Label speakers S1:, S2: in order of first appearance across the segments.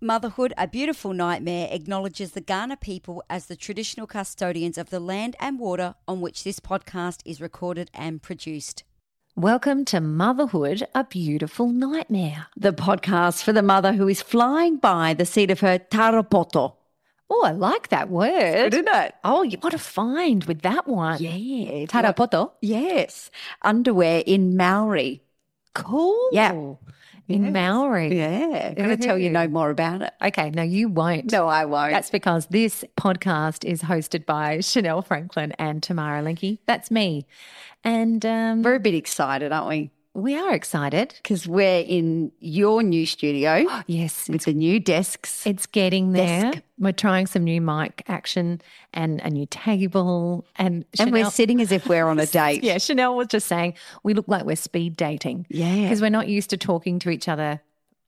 S1: Motherhood, a Beautiful Nightmare, acknowledges the Ghana people as the traditional custodians of the land and water on which this podcast is recorded and produced.
S2: Welcome to Motherhood, a Beautiful Nightmare, the podcast for the mother who is flying by the seat of her tarapoto. Oh, I like that word.
S3: Good, isn't it?
S2: Oh, you want to find with that one.
S3: Yeah.
S2: Tarapoto.
S3: Yes. Underwear in Maori.
S2: Cool.
S3: Yeah.
S2: In
S3: Yes.
S2: Maori.
S3: Yeah. I'm going to tell you no more about it.
S2: Okay, no, you won't.
S3: No, I won't.
S2: That's because this podcast is hosted by Chanel Franklin and Tamara Linky. That's me. And um,
S3: We're a bit excited, aren't we?
S2: we are excited.
S3: Because we're in your new studio
S2: Yes,
S3: with the new desks.
S2: It's getting there.
S3: Desk.
S2: We're trying some new mic action and a new table. And
S3: and
S2: Chanel-
S3: we're sitting as if we're on a date.
S2: Yeah, Chanel was just saying we look like we're speed dating
S3: Yeah.
S2: because we're not used to talking to each other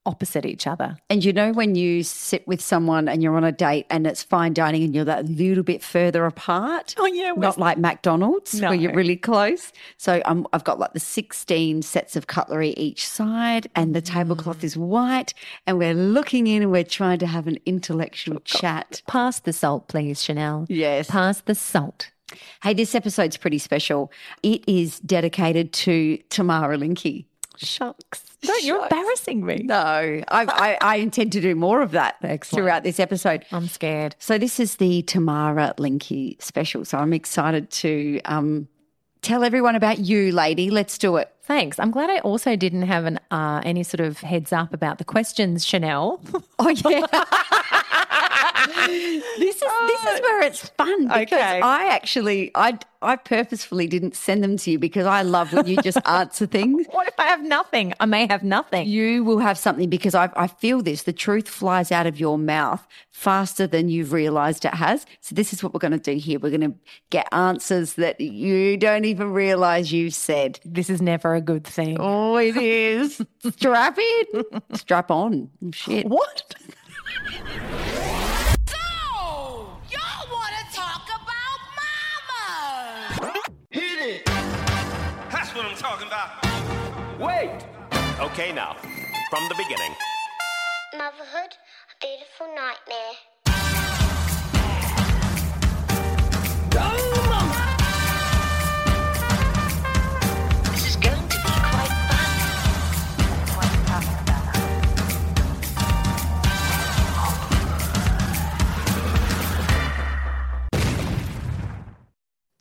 S2: opposite each other.
S3: And you know when you sit with someone and you're on a date and it's fine dining and you're that little bit further apart?
S2: Oh, yeah, we're-
S3: Not like McDonald's
S2: No.
S3: where you're really close. So um, I've got like the 16 sets of cutlery each side and the
S2: Mm.
S3: tablecloth is white and we're looking in and we're trying to have an intellectual chat.
S2: Pass the salt, please, Chanel.
S3: Yes.
S2: Pass the salt.
S3: Hey, this episode's pretty special. It is dedicated to Tamara Linky.
S2: Shucks. Don't, you're embarrassing me.
S3: No, I, I, I intend to do more of that throughout this episode.
S2: I'm scared.
S3: So this is the Tamara Linky special. So I'm excited to um, tell everyone about you, lady. Let's do it.
S2: Thanks. I'm glad I also didn't have an uh, any sort of heads up about the questions, Chanel.
S3: Oh yeah. this is
S2: Oh.
S3: this is where it's fun because
S2: Okay.
S3: I actually I I purposefully didn't send them to you because I love when you just answer things.
S2: what if I have nothing? I may have nothing.
S3: You will have something because I, I feel this. The truth flies out of your mouth faster than you've realized it has. So, this is what we're going to do here. We're going to get answers that you don't even realize you've said.
S2: this is never a good thing.
S3: Oh, it is. Strap in. Strap on. Shit.
S2: What?
S4: So, y'all want to talk about mama?
S5: That's what I'm talking about. Wait. Okay, now, from the beginning.
S6: Motherhood, a beautiful nightmare.
S4: This is going to be quite fun.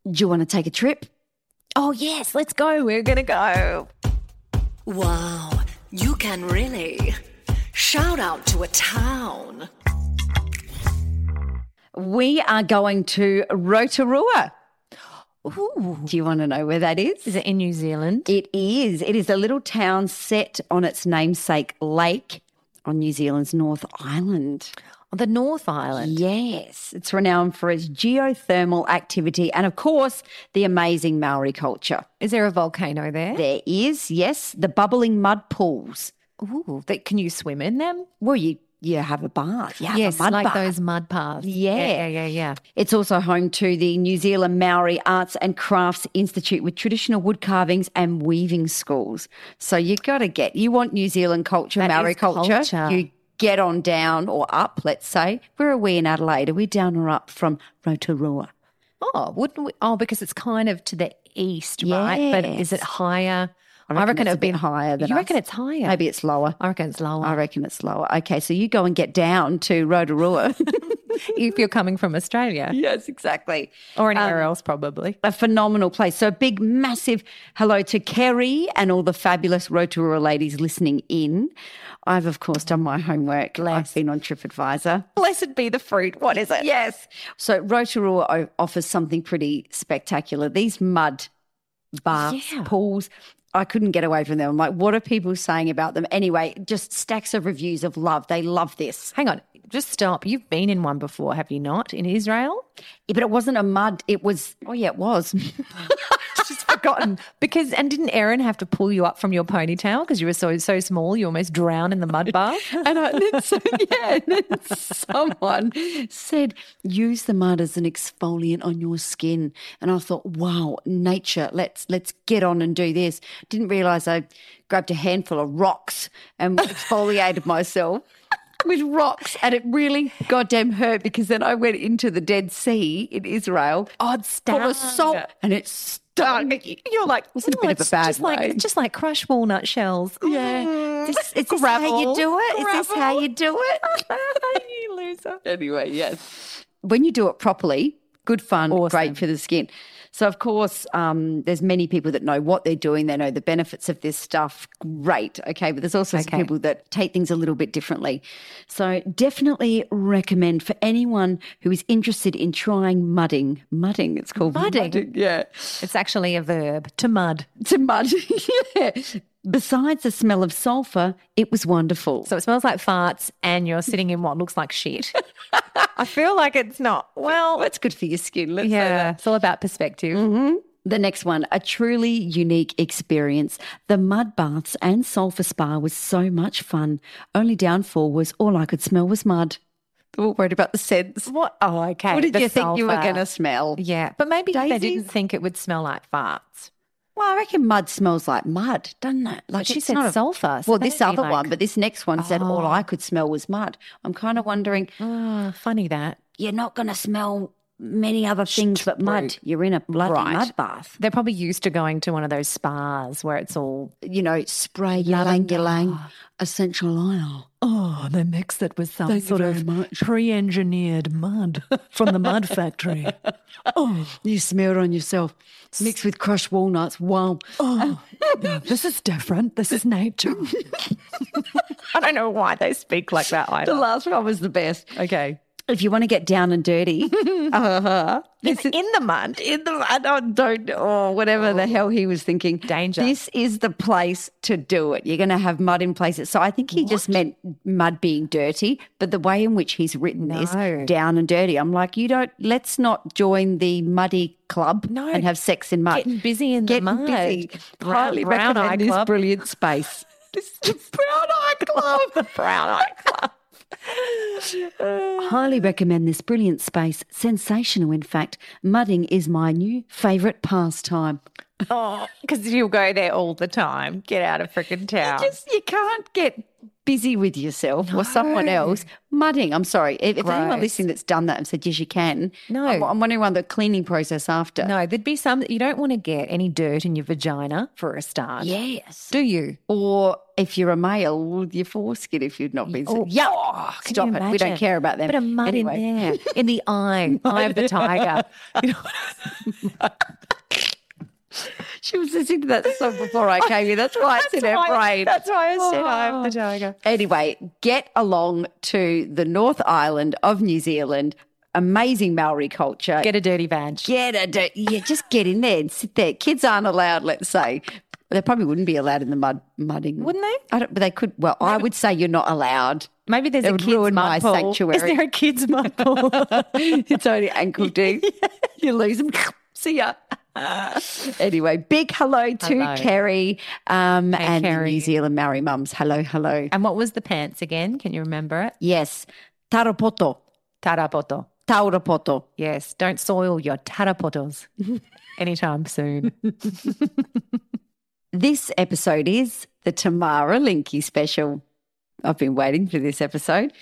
S3: Do you want to take a trip?
S2: Oh, yes, let's go. We're going to go.
S4: Wow, you can really shout out to a town.
S3: We are going to Rotorua. Do you want to know where that is?
S2: Is it in New Zealand?
S3: It is. It is a little town set on its namesake lake on New Zealand's North Island.
S2: Oh, The North Island.
S3: Yes, it's renowned for its geothermal activity and, of course, the amazing Maori culture.
S2: Is there a volcano there?
S3: There is, yes, the bubbling mud pools.
S2: Ooh, that can you swim in them?
S3: Well, you you have a bath. You have
S2: yes,
S3: a mud
S2: like
S3: bath.
S2: those mud paths.
S3: Yeah.
S2: yeah, yeah, yeah.
S3: It's also home to the New Zealand Maori Arts and Crafts Institute with traditional wood carvings and weaving schools. So you got to get, you want New Zealand culture,
S2: That
S3: Maori
S2: is
S3: culture,
S2: culture.
S3: you get on down or up, let's say. Where are we in Adelaide? Are we down or up from Rotorua?
S2: Oh, wouldn't we? Oh, because it's kind of to the east, right? But is it
S3: Yes.
S2: higher?
S3: I reckon, it's
S2: it'd
S3: a bit higher than
S2: You reckon
S3: us.
S2: it's higher?
S3: Maybe it's lower.
S2: I reckon it's lower.
S3: I reckon it's lower. Okay, so you go and get down to Rotorua.
S2: if you're coming from Australia
S3: yes, exactly.
S2: or anywhere
S3: Um,
S2: else, probably.
S3: a phenomenal place. So, a big, massive hello to Kerry and all the fabulous Rotorua ladies listening in. I've, of course, done my homework. I've been on TripAdvisor.
S2: Blessed be the fruit. What is it?
S3: Yes. So, Rotorua o- offers something pretty spectacular. These mud baths,
S2: Yeah.
S3: pools. I couldn't get away from them. I'm like, what are people saying about them? Anyway, just stacks of reviews of love. They love this.
S2: Hang on, just stop. You've been in one before, have you not? In Israel?
S3: Yeah, but it wasn't a mud. It was, oh, yeah, it was.
S2: She's forgotten because and didn't Erin have to pull you up from your ponytail because you were so so small you almost drowned in the mud bath?
S3: And, I, and then so, yeah, and then someone said, use the mud as an exfoliant on your skin. And I thought, wow, nature, let's let's get on and do this. Didn't realize I grabbed a handful of rocks and exfoliated myself with rocks. And it really goddamn hurt because then I went into the Dead Sea in Israel
S2: Odd
S3: full
S2: stuff.
S3: of salt and it stung.
S2: You're like,
S3: was in a
S2: "Oh,
S3: bit of
S2: it's
S3: a bad Mm.
S2: just like
S3: way.
S2: it's just like crushed walnut shells.
S3: Yeah. This, is this how you
S2: Gravel.
S3: do it? Is this how you do it?
S2: you loser.
S3: anyway, yes. When you do it properly, good fun, great for the skin. So, of course, um, there's many people that know what they're doing. They know the benefits of this stuff. Great. Okay. But there's also some
S2: Okay.
S3: people that take things a little bit differently. So, definitely recommend for anyone who is interested in trying mudding. Mudding, it's called
S2: Mudding?
S3: yeah
S2: It's actually a verb to mud.
S3: to mud. yeah. Besides the smell of sulfur, it was wonderful.
S2: So it smells like farts and you're sitting in what looks like shit. I feel like it's not. Well,
S3: oh, that's good for your skin. Let's say
S2: yeah,
S3: that.
S2: it's all about perspective.
S3: The next one, a truly unique experience. The mud baths and sulfur spa was so much fun. Only downfall was all I could smell was mud. We're worried about the scents.
S2: What? Oh, okay.
S3: What did
S2: the
S3: you think you were
S2: sulfur.
S3: going to smell?
S2: Yeah, but maybe they
S3: Daisies?
S2: didn't think it would smell like farts.
S3: Well, I reckon mud smells like mud, doesn't it? Like
S2: But she
S3: it's
S2: said
S3: not a-
S2: sulfur, so
S3: well,
S2: that'd
S3: this
S2: be
S3: other
S2: like-
S3: one, but this next one said all
S2: Oh.
S3: I could smell was mud. I'm kind of wondering,
S2: Ah, funny that.
S3: you're not going to smell many other things but mud. You're in a bloody
S2: Right.
S3: mud bath.
S2: They're probably used to going to one of those spas where it's all.
S3: You know, spray ylang ylang essential oil.
S2: Oh, they mix it with some
S3: Thank you sort of very much.
S2: pre engineered mud from the mud factory.
S3: You smear it on yourself, mixed with crushed walnuts. Wow.
S2: Oh, this is different. This is nature. I don't know why they speak like that either.
S3: The last one was the best.
S2: okay.
S3: If you want to get down and dirty, uh-huh.
S2: In, in the mud. Oh.
S3: in the I don't, don't or whatever the hell he was thinking.
S2: Danger.
S3: This is the place to do it. You're going to have mud in places. So I think he just meant mud being dirty, but the way in which he's written this,
S2: No.
S3: down and dirty. I'm like, you don't. Let's not join the muddy club
S2: No.
S3: and have sex in mud.
S2: Getting busy in the
S3: Getting
S2: mud.
S3: busy.
S2: Brown-
S3: Highly
S2: brown
S3: recommend
S2: eye
S3: this
S2: club.
S3: brilliant space. this is the brown eye club. the brown eye club. Highly recommend this brilliant space. Sensational, in fact. Mudding is my new favourite pastime.
S2: Oh, because you'll go there all the time. Get out of freaking town.
S3: Just you can't get busy with yourself or someone else. Mudding. I'm sorry. If, if anyone
S2: Gross.
S3: listening that's done that and said yes, you can.
S2: No.
S3: I'm, I'm wondering about the cleaning process after.
S2: No, there'd be some. You don't want to get any dirt in your vagina for a start.
S3: Yes.
S2: Do you?
S3: Or if you're a male, well, your foreskin if you've not been.
S2: Oh,
S3: yeah.
S2: can
S3: stop
S2: you
S3: it. We don't
S2: imagine?
S3: care about them.
S2: Bit of mud
S3: Anyway.
S2: in there, in the eye, eye of the tiger. You know,
S3: She was listening to that song before I came here. That's why it's in her brain.
S2: Oh,
S3: Oh.
S2: That's why I said eye of the tiger.
S3: Anyway, get along to the North Island of New Zealand. Amazing Maori culture.
S2: Get a dirty vag.
S3: Get a do- yeah, just get in there and sit there. Kids aren't allowed, let's say. They probably wouldn't be allowed in the mud mudding,
S2: Wouldn't they?
S3: I don't, but they could. Well, I would say you're not allowed.
S2: Maybe there's a
S3: would
S2: kids
S3: ruin
S2: mud
S3: my
S2: pool.
S3: sanctuary.
S2: Is there a kids mud pool?
S3: it's only ankle deep. You lose them. See ya. anyway, big hello to
S2: Hello.
S3: Kerry um,
S2: Hey,
S3: and the
S2: Kerry.
S3: New Zealand Maori mums. Hello, hello.
S2: and what was the pants again? Can you remember it?
S3: Yes, tarapoto,
S2: Tarapoto.
S3: taurapoto.
S2: Yes. Don't soil your tarapotos anytime soon.
S3: This episode is the Tamara Linky special. I've been waiting for this episode.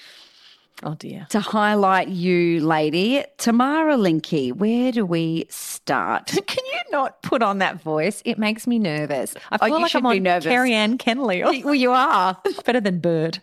S2: Oh dear.
S3: To highlight you, lady, Tamara Linky, where do we start?
S2: Can you not put on that voice? It makes me nervous. I
S3: Oh,
S2: feel
S3: you
S2: like
S3: should
S2: I'm
S3: be
S2: on
S3: nervous.
S2: Carrie Ann Kenley.
S3: well, you are.
S2: Better than Bird.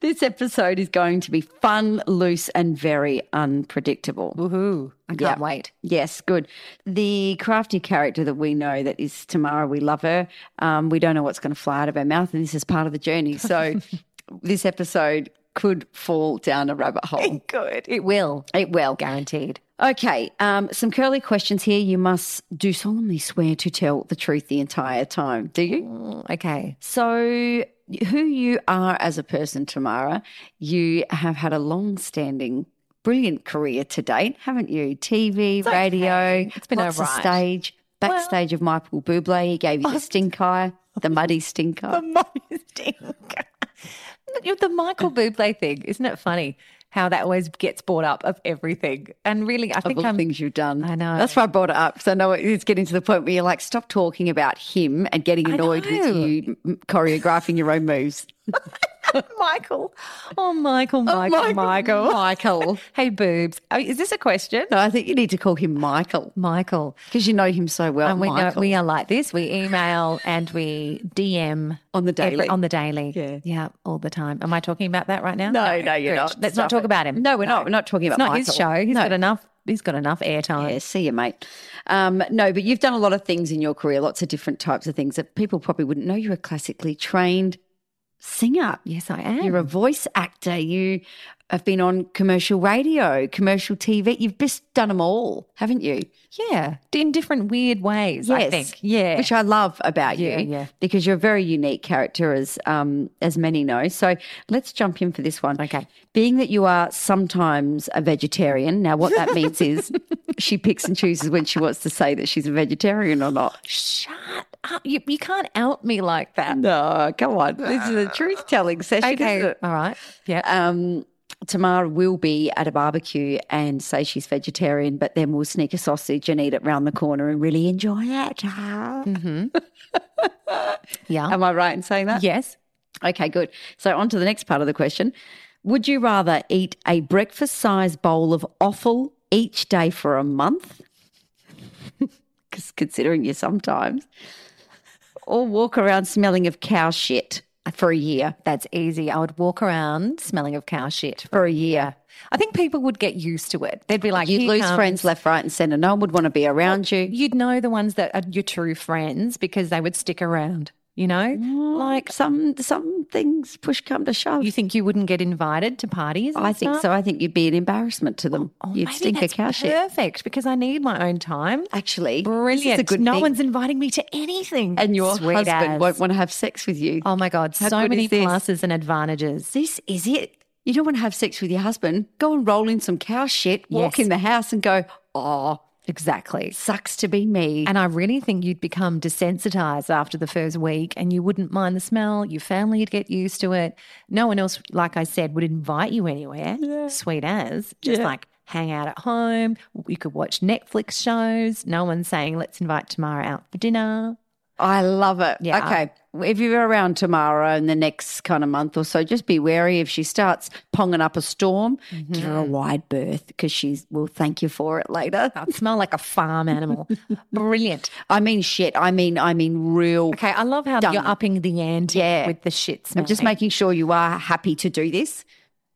S3: This episode is going to be fun, loose, and very unpredictable.
S2: Woohoo. I
S3: Yeah.
S2: can't wait.
S3: Yes, good. The crafty character that we know that is Tamara, we love her. Um, we don't know what's going to fly out of her mouth, and this is part of the journey. So this episode could fall down a rabbit hole.
S2: Good. It will.
S3: It will.
S2: Guaranteed.
S3: Okay, um, some curly questions here. You must do solemnly swear to tell the truth the entire time. Do you?
S2: Okay.
S3: So, who you are as a person, Tamara, you have had a long standing, brilliant career to date, haven't you? TV, radio,
S2: okay. It's been
S3: lots
S2: all
S3: of
S2: right.
S3: stage, backstage of Michael Bublé. He gave you the stink eye, the muddy stink eye.
S2: the Michael Bublé thing, isn't it funny how that always gets brought up of everything? And really, I
S3: Of
S2: think
S3: all the
S2: I'm
S3: things you've done.
S2: I know.
S3: That's why I brought it up. So, I know it's getting to the point where you're like, stop talking about him and getting annoyed with
S2: know.
S3: you m- choreographing your own moves.
S2: Michael. Oh, Michael, Michael, Michael.
S3: Michael.
S2: Hey, boobs. Oh, is this a question?
S3: No, I think you need to call him Michael
S2: Michael.
S3: because you know him so well.
S2: and we know
S3: Michael.
S2: we are like this. We email and we DM
S3: On the daily.
S2: on the daily.
S3: Yeah.
S2: yeah, all the time. Am I talking about that right now?
S3: No, no, you're
S2: good.
S3: not.
S2: Let's
S3: Stop
S2: not talk
S3: it.
S2: about him.
S3: No, we're not. We're not talking
S2: It's
S3: about
S2: not his
S3: Michael.
S2: show. He's
S3: No.
S2: got enough. He's got enough airtime.
S3: Yeah, see you, mate. Um, no, but you've done a lot of things in your career, lots of different types of things that people probably wouldn't know. You're a classically trained singer.
S2: Yes, I am.
S3: You're a voice actor. You have been on commercial radio, commercial TV. You've just done them all, haven't you?
S2: yeah, in different weird ways. I think. Yeah,
S3: which I love about
S2: Yeah,
S3: you,
S2: yeah.
S3: because you're a very unique character, as um, as many know. So let's jump in for this one.
S2: Okay.
S3: being that you are sometimes a vegetarian, now what that means is she picks and chooses when she wants to say that she's a vegetarian or not.
S2: shut up. You, you can't out me like that.
S3: No, come on, this is a truth telling session. isn't
S2: Okay,
S3: it?
S2: all right. Yeah.
S3: Um, Tamara will be at a barbecue and say she's vegetarian, but then we'll sneak a sausage and eat it round the corner and really enjoy it.
S2: yeah.
S3: Am I right in saying that?
S2: yes.
S3: Okay, good. So, on to the next part of the question. Would you rather eat a breakfast sized bowl of offal each day for a month? Because considering you sometimes, or walk around smelling of cow shit for a year.
S2: That's easy. I would walk around smelling of cow shit.
S3: For a year.
S2: I think people would get used to it. They'd be like,
S3: You'd
S2: "Here
S3: lose
S2: comes-"
S3: friends left, right, and centre. No one would want to be around you.
S2: You'd know the ones that are your true friends because they would stick around, you know?
S3: Like some some things push come to shove.
S2: You think you wouldn't get invited to parties? and
S3: I think
S2: stuff?
S3: so. I think you'd be an embarrassment to them.
S2: Oh,
S3: you'd
S2: maybe
S3: stink of
S2: that's
S3: cow shit.
S2: Perfect, because I need my own time.
S3: Actually,
S2: Brilliant.
S3: This is a good
S2: no
S3: thing.
S2: one's inviting me to anything.
S3: and your
S2: Sweet
S3: husband
S2: as.
S3: won't want to have sex with you.
S2: Oh my God,
S3: How
S2: so
S3: good
S2: many
S3: is this?
S2: pluses and advantages.
S3: This is it. You don't want to have sex with your husband. Go and roll in some cow shit, walk
S2: Yes.
S3: in the house and go, oh,
S2: Exactly.
S3: sucks to be me.
S2: And I really think you'd become desensitized after the first week and you wouldn't mind the smell. Your family would get used to it. No one else, like I said, would invite you anywhere, sweet as. Just like hang out at home. You could watch Netflix shows. No one's saying, let's invite Tamara out for dinner.
S3: I love it.
S2: Yeah.
S3: Okay. If you're around Tamara in the next kind of month or so, just be wary if she starts ponging up a storm, give her a wide berth because she will thank you for it later.
S2: I'd smell like a farm animal. Brilliant.
S3: I mean, shit. I mean, I mean, real.
S2: Okay, I love how
S3: Done.
S2: you're upping the ante
S3: Yeah.
S2: with the shit smell.
S3: I'm just making sure you are happy to do this.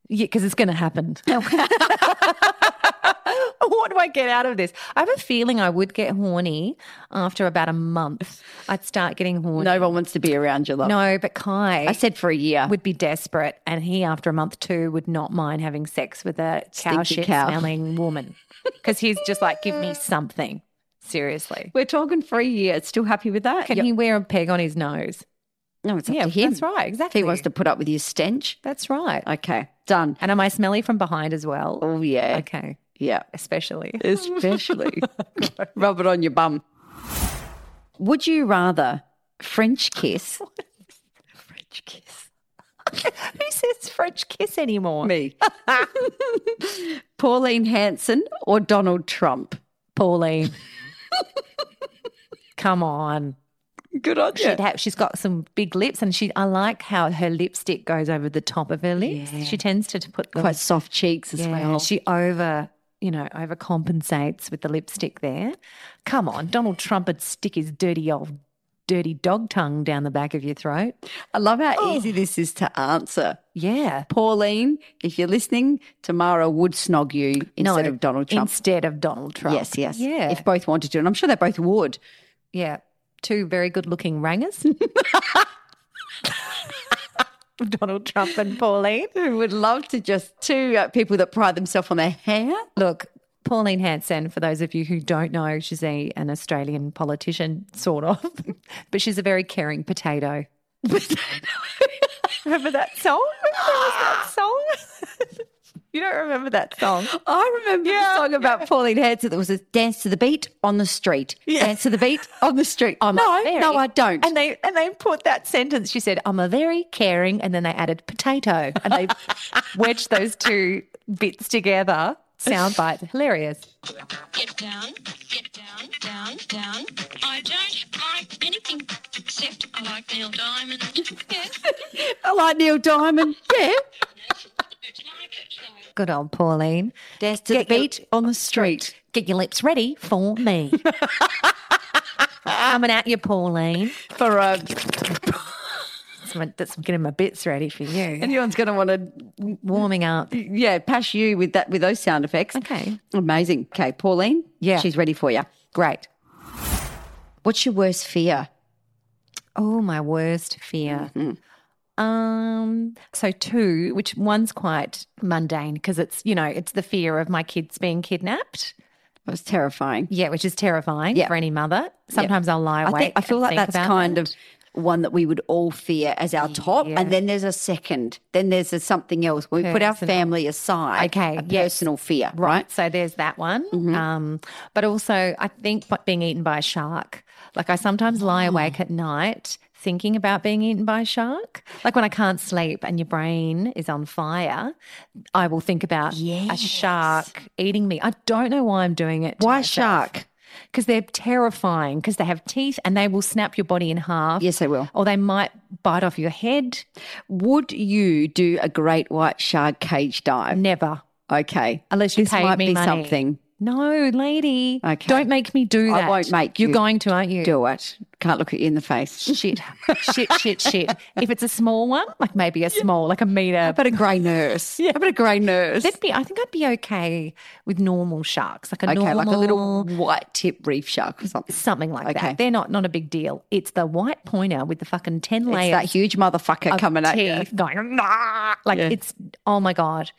S2: Yeah, because it's going to happen. what do I get out of this? I have a feeling I would get horny after about a month. I'd start getting horny.
S3: No one wants to be around you. love.
S2: No, but Kai
S3: I said for a year.
S2: would be desperate, and he, after a month too, would not mind having sex with a cow
S3: Stinky
S2: shit
S3: cow.
S2: smelling woman because he's just like, give me something. Seriously.
S3: We're talking for a year. Still happy with that?
S2: Can he wear a peg on his nose?
S3: No, it's up
S2: Yeah,
S3: to him.
S2: that's right, exactly.
S3: If he wants to put up with your stench.
S2: That's right.
S3: Okay, done.
S2: And am I smelly from behind as well?
S3: Oh, yeah.
S2: Okay.
S3: Yeah.
S2: Especially.
S3: Especially. Rub it on your bum. Would you rather French kiss? French kiss.
S2: Who says French kiss anymore?
S3: Me. Pauline Hanson or Donald Trump?
S2: Pauline. Come on.
S3: Good on you.
S2: She'd have, she's got some big lips, and she. I like how her lipstick goes over the top of her lips. She tends to, to put them,
S3: Quite soft cheeks as
S2: Yeah,
S3: well.
S2: She over, you know, overcompensates with the lipstick there. Come on, Donald Trump would stick his dirty old, dirty dog tongue down the back of your throat.
S3: I love how
S2: Oh.
S3: easy this is to answer.
S2: Yeah.
S3: Pauline, if you're listening, Tamara would snog you instead
S2: No,
S3: of Donald Trump.
S2: Instead of Donald Trump.
S3: Yes, yes.
S2: Yeah.
S3: If both wanted to. And I'm sure they both would.
S2: Yeah. Two very good looking rangers. Donald Trump and Pauline.
S3: Who would love to just two uh, people that pride themselves on their hair?
S2: Look, Pauline Hanson, for those of you who don't know, she's a, an Australian politician, sort of, but she's a very caring potato. remember that song? Remember that song? you don't remember that song?
S3: I remember the song about Pauline Hanson that was a dance to the beat on the street. Dance to the beat on the street.
S2: I'm
S3: no,
S2: a very-
S3: no, I don't.
S2: And they and they put that sentence. She said, "I'm a very caring," and then they added potato, and they wedged those two bits together. Soundbite, hilarious.
S7: Get down, get down, down, down. I don't like anything except I like Neil Diamond. Yes,
S3: I like Neil Diamond. Yeah.
S2: Good old Pauline.
S3: Dance to
S2: Get
S3: the
S2: your-
S3: beat on the street.
S2: Get your lips ready for me. Coming at you, Pauline.
S3: For um, a.
S2: That's, my, that's getting my bits ready for you.
S3: Anyone's going to want to,
S2: Warming up.
S3: yeah, pass you with that with those sound effects.
S2: Okay.
S3: Amazing. Okay, Pauline.
S2: Yeah.
S3: She's ready for you.
S2: Great.
S3: What's your worst fear?
S2: Oh, my worst fear.
S3: Mm-hmm.
S2: Um, so two, which one's quite mundane because it's you know it's the fear of my kids being kidnapped.
S3: That was terrifying.
S2: Yeah, which is terrifying
S3: Yeah.
S2: for any mother. Sometimes I'll lie
S3: I
S2: awake.
S3: think I feel
S2: and
S3: like
S2: think
S3: that's
S2: about
S3: kind
S2: it.
S3: of one that we would all fear as our top, and then there's a second, then there's a something else. We put our family aside.
S2: Okay,
S3: a
S2: yes.
S3: personal fear, right?
S2: So there's that one.
S3: Mm-hmm.
S2: Um, but also, I think b- being eaten by a shark. Like I sometimes lie
S3: Mm.
S2: awake at night thinking about being eaten by a shark. Like when I can't sleep and your brain is on fire, I will think about a shark eating me. I don't know why I'm doing it.
S3: Why shark?
S2: Because they're terrifying. Because they have teeth and they will snap your body in half.
S3: Yes, they will.
S2: Or they might bite off your head.
S3: Would you do a great white shark cage dive?
S2: Never.
S3: Okay,
S2: Unless you
S3: this
S2: paid
S3: might
S2: me
S3: be
S2: money.
S3: something.
S2: No, lady.
S3: Okay.
S2: Don't make me do
S3: I
S2: that.
S3: won't make
S2: You're
S3: you
S2: going to, aren't you?
S3: Do it. Can't look at you in the face.
S2: Shit. shit, shit, shit. If it's a small one, like maybe a small, like a meter.
S3: But a grey nurse. Yeah, but a grey nurse.
S2: That'd be, I think I'd be okay with normal sharks, like a
S3: Okay,
S2: normal,
S3: like a little white tip reef shark or something.
S2: something like
S3: Okay.
S2: that. They're not not a big deal. It's the white pointer with the fucking ten
S3: It's
S2: layers
S3: that huge motherfucker
S2: of
S3: coming at you.
S2: teeth going "Nah!" like
S3: Yeah.
S2: it's oh my god,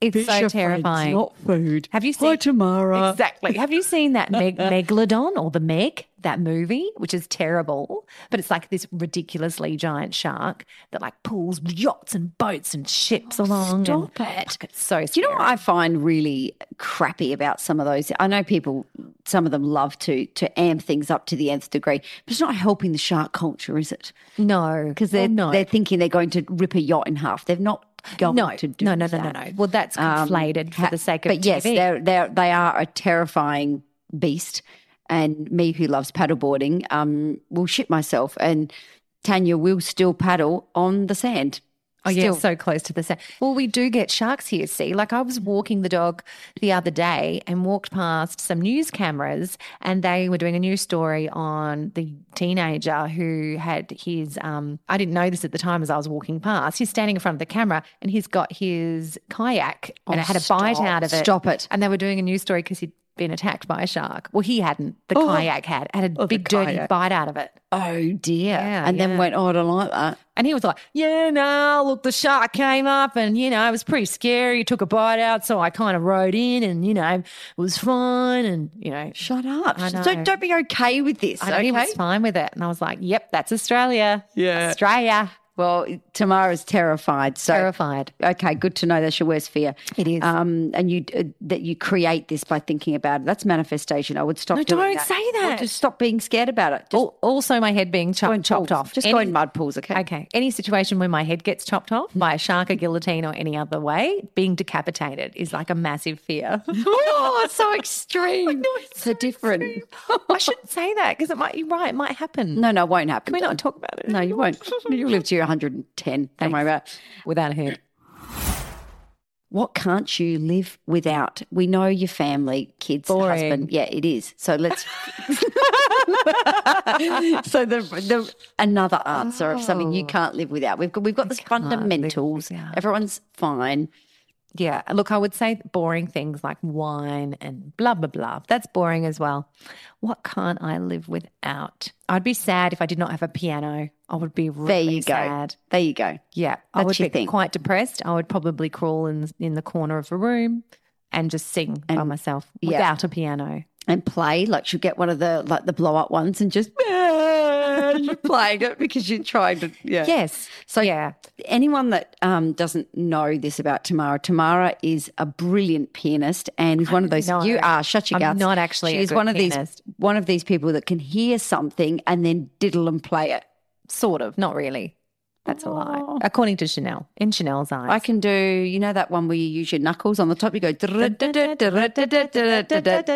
S2: it's
S3: Fish are
S2: so
S3: friends,
S2: terrifying.
S3: not food.
S2: Have you
S3: Hi,
S2: seen
S3: Tamara.
S2: Exactly. Have you seen that Meg, Megalodon or the Meg, that movie, which is terrible, but it's like this ridiculously giant shark that like pulls yachts and boats and ships along.
S3: Oh, stop
S2: and,
S3: it.
S2: Fuck, it's so scary.
S3: Do you know what I find really crappy about some of those? I know people, some of them love to to amp things up to the nth degree, but it's not helping the shark culture, is it?
S2: No,
S3: Because they're
S2: Well, no.
S3: they're thinking they're going to rip a yacht in half. They're not going
S2: no,
S3: to do
S2: no, no, no, no,
S3: that.
S2: no. Well, that's
S3: Um,
S2: conflated for
S3: ha-
S2: the sake of
S3: But yes,
S2: TV.
S3: they're, they're, they are a terrifying beast. And me, who loves paddleboarding, um, will shit myself. And Tanya will still paddle on the sand.
S2: Oh yeah,
S3: Still.
S2: so close to the sand. Well, we do get sharks here. See, like I was walking the dog the other day and walked past some news cameras, and they were doing a news story on the teenager who had his. Um, I didn't know this at the time as I was walking past. He's standing in front of the camera, and he's got his kayak, and
S3: Oh,
S2: it had a bite
S3: stop.
S2: out of it.
S3: Stop it.
S2: And they were doing a news story because he'd been attacked by a shark. Well, he hadn't. The
S3: Oh.
S2: kayak had had a
S3: Oh, the
S2: big dirty
S3: kayak.
S2: bite out of it.
S3: Oh dear.
S2: Yeah,
S3: and then
S2: yeah.
S3: went, oh, I don't like that.
S2: And he was like, Yeah, no, look, the shark came up and, you know, it was pretty scary. He took a bite out. So I kind of rode in and, you know, it was fine. And, you know,
S3: shut up.
S2: I know.
S3: Don't, don't be okay with this.
S2: I know he
S3: okay?
S2: was fine with it. And I was like, Yep, that's Australia.
S3: Yeah.
S2: Australia.
S3: Well, Tamara's terrified. So
S2: Terrified.
S3: Okay, good to know that's your worst fear.
S2: It is.
S3: Um, and you uh, that you create this by thinking about it. That's manifestation. I would stop.
S2: No,
S3: doing
S2: don't
S3: that.
S2: say
S3: Or
S2: that.
S3: just stop being scared about it. Just
S2: Al- also, my head being
S3: go
S2: chop-
S3: in
S2: chopped
S3: pools.
S2: off.
S3: Just
S2: Any-
S3: go in mud pools. Okay.
S2: Okay. Any situation where my head gets chopped off by a shark, a guillotine, or any other way, being decapitated is like a massive fear.
S3: oh, it's so extreme. it's so, different.
S2: I shouldn't say that because it might. You're right. It might happen.
S3: No, no, it won't happen.
S2: Can we not talk about it?
S3: No, you won't. You'll live to your 110. Don't worry about it.
S2: Without a head.
S3: What can't you live without? We know your family, kids,
S2: Boring.
S3: husband. Yeah, it is. So let's. so the, the another answer of something
S2: Oh.
S3: you can't live without. We've got we've got the fundamentals.
S2: without.
S3: Everyone's fine.
S2: Yeah. Look, I would say boring things like wine and blah, blah, blah. That's boring as well. What can't I live without? I'd be sad if I did not have a piano. I would be really
S3: There you go.
S2: sad.
S3: There you go.
S2: Yeah. I
S3: That's
S2: would
S3: your
S2: be
S3: thing.
S2: quite depressed. I would probably crawl in in the corner of a room and just sing by myself
S3: yeah.
S2: without a piano.
S3: And play like you get one of the like the blow up ones and just you're playing it because you're trying to yeah.
S2: Yes.
S3: So
S2: yeah.
S3: anyone that um, doesn't know this about Tamara, Tamara is a brilliant pianist and is one of those.
S2: No.
S3: you are shut your
S2: I'm
S3: guts.
S2: not actually a
S3: She's
S2: good
S3: one of
S2: pianist.
S3: these one of these people that can hear something and then diddle and play it.
S2: Sort of. Not really. That's a lie. According to Chanel. In Chanel's eyes.
S3: I can do, you know, that one where you use your knuckles on the top. You go,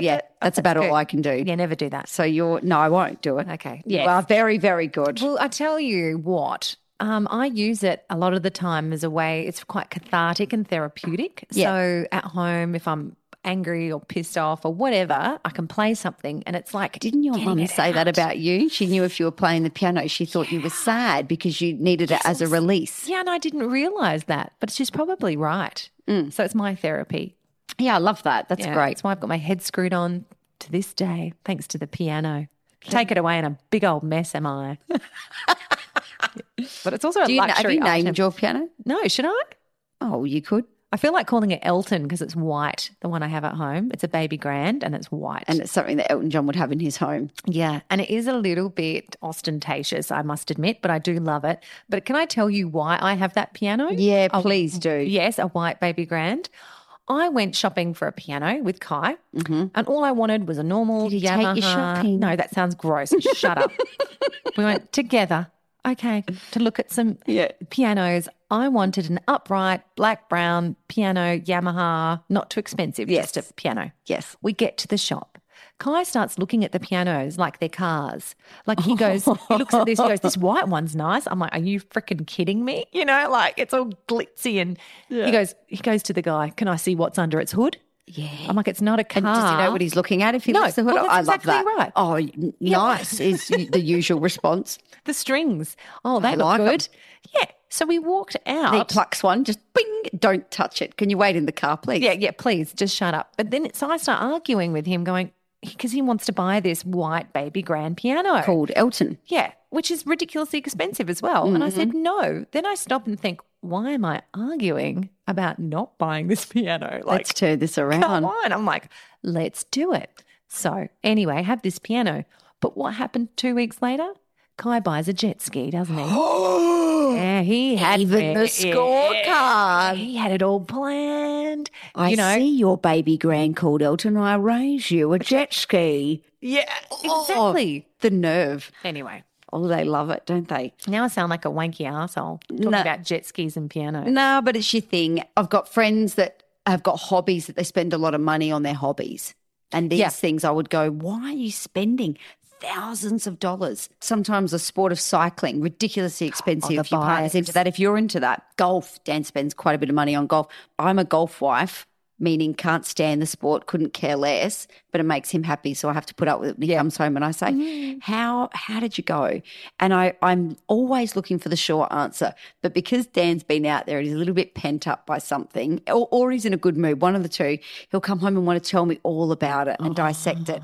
S3: yeah, that's about all I can do.
S2: yeah, never do that.
S3: So you're no, I won't do it.
S2: Okay.
S3: You
S2: Yes.
S3: are very, very good.
S2: Well, I tell you what, um, I use it a lot of the time as a way, it's quite cathartic and therapeutic.
S3: Yeah.
S2: So at home, if I'm angry or pissed off or whatever, I can play something and it's like,
S3: Didn't your
S2: getting
S3: mum
S2: it
S3: say that
S2: out.
S3: about you? She knew if you were playing the piano, she thought you were sad because you needed it as a release.
S2: Yeah, and I didn't realize that, but she's probably right. So it's my therapy.
S3: Yeah, I love that. That's
S2: Yeah,
S3: great.
S2: That's why I've got my head screwed on to this day, thanks to the piano. Take it away in a big old mess, am I? but it's also a
S3: Do you, have
S2: luxury
S3: you
S2: item.
S3: named your piano?
S2: No, should I?
S3: Oh, you could.
S2: I feel like calling it Elton because it's white, the one I have at home. It's a baby grand and it's white.
S3: And it's something that Elton John would have in his home.
S2: yeah, and it is a little bit ostentatious, I must admit, but I do love it. But can I tell you why I have that piano?
S3: Yeah,
S2: A-
S3: please do.
S2: Yes, a white baby grand. I went shopping for a piano with Kai, and all I wanted was a normal
S3: Mm-hmm. Did you take your
S2: Yamaha.
S3: shopping?
S2: No, that sounds gross. Shut up. we went together. Okay, to look at some
S3: Yeah.
S2: pianos. I wanted an upright black brown piano Yamaha, not too expensive, just
S3: Yes.
S2: a piano.
S3: Yes.
S2: We get to the shop. Kai starts looking at the pianos like they're cars. Like he goes, he looks at this, he goes, This white one's nice. I'm like, Are you freaking kidding me? You know, like it's all glitzy. And he goes, He goes to the guy, Can I see what's under its hood? Yeah. I'm like, It's not a car.
S3: And does he know what he's looking at if he
S2: Ah. No.
S3: looks at the hood?
S2: Well,
S3: I
S2: that's
S3: love
S2: exactly
S3: that.
S2: right.
S3: Oh, n- nice is the usual response.
S2: The strings. Oh, they
S3: I
S2: look
S3: like 'em.
S2: good. Yeah. So we walked out.
S3: He plucks one, just bing, don't touch it. Can you wait in the car, please?
S2: Yeah, yeah, please just shut up. But then so I start arguing with him, going, because he wants to buy this white baby grand piano.
S3: Called Elton.
S2: Yeah, which is ridiculously expensive as well. And I said,
S3: Mm-hmm.
S2: no. Then I stop and think, why am I arguing about not buying this piano? Like,
S3: Let's turn this
S2: come
S3: around.
S2: on. I'm like, let's do it. So, anyway, have this piano. But what happened two weeks later? Kai buys a jet ski, doesn't he? yeah, he had
S3: Even the
S2: yeah,
S3: scorecard.
S2: He had it all planned.
S3: I
S2: you know,
S3: see your baby grand called Elton. I raise you a jet ski.
S2: Yeah,
S3: Oh,
S2: exactly.
S3: the nerve.
S2: Anyway,
S3: Oh, they love it, don't they?
S2: now I sound like a wanky asshole talking
S3: No.
S2: about jet skis and piano.
S3: No, but it's your thing. I've got friends that have got hobbies that they spend a lot of money on their hobbies. And these
S2: Yeah.
S3: things I would go, why are you spending thousands of dollars? Sometimes the sport of cycling, ridiculously expensive.
S2: the
S3: if your partner's
S2: bikes.
S3: into that, if you're into that, golf, Dan spends quite a bit of money on golf. I'm a golf wife, meaning can't stand the sport, couldn't care less, but it makes him happy. So I have to put up with it when he comes home and I say, How how did you go? And I, I'm always looking for the short answer. But because Dan's been out there and he's a little bit pent up by something, or, or he's in a good mood, one of the two, he'll come home and want to tell me all about it and dissect it.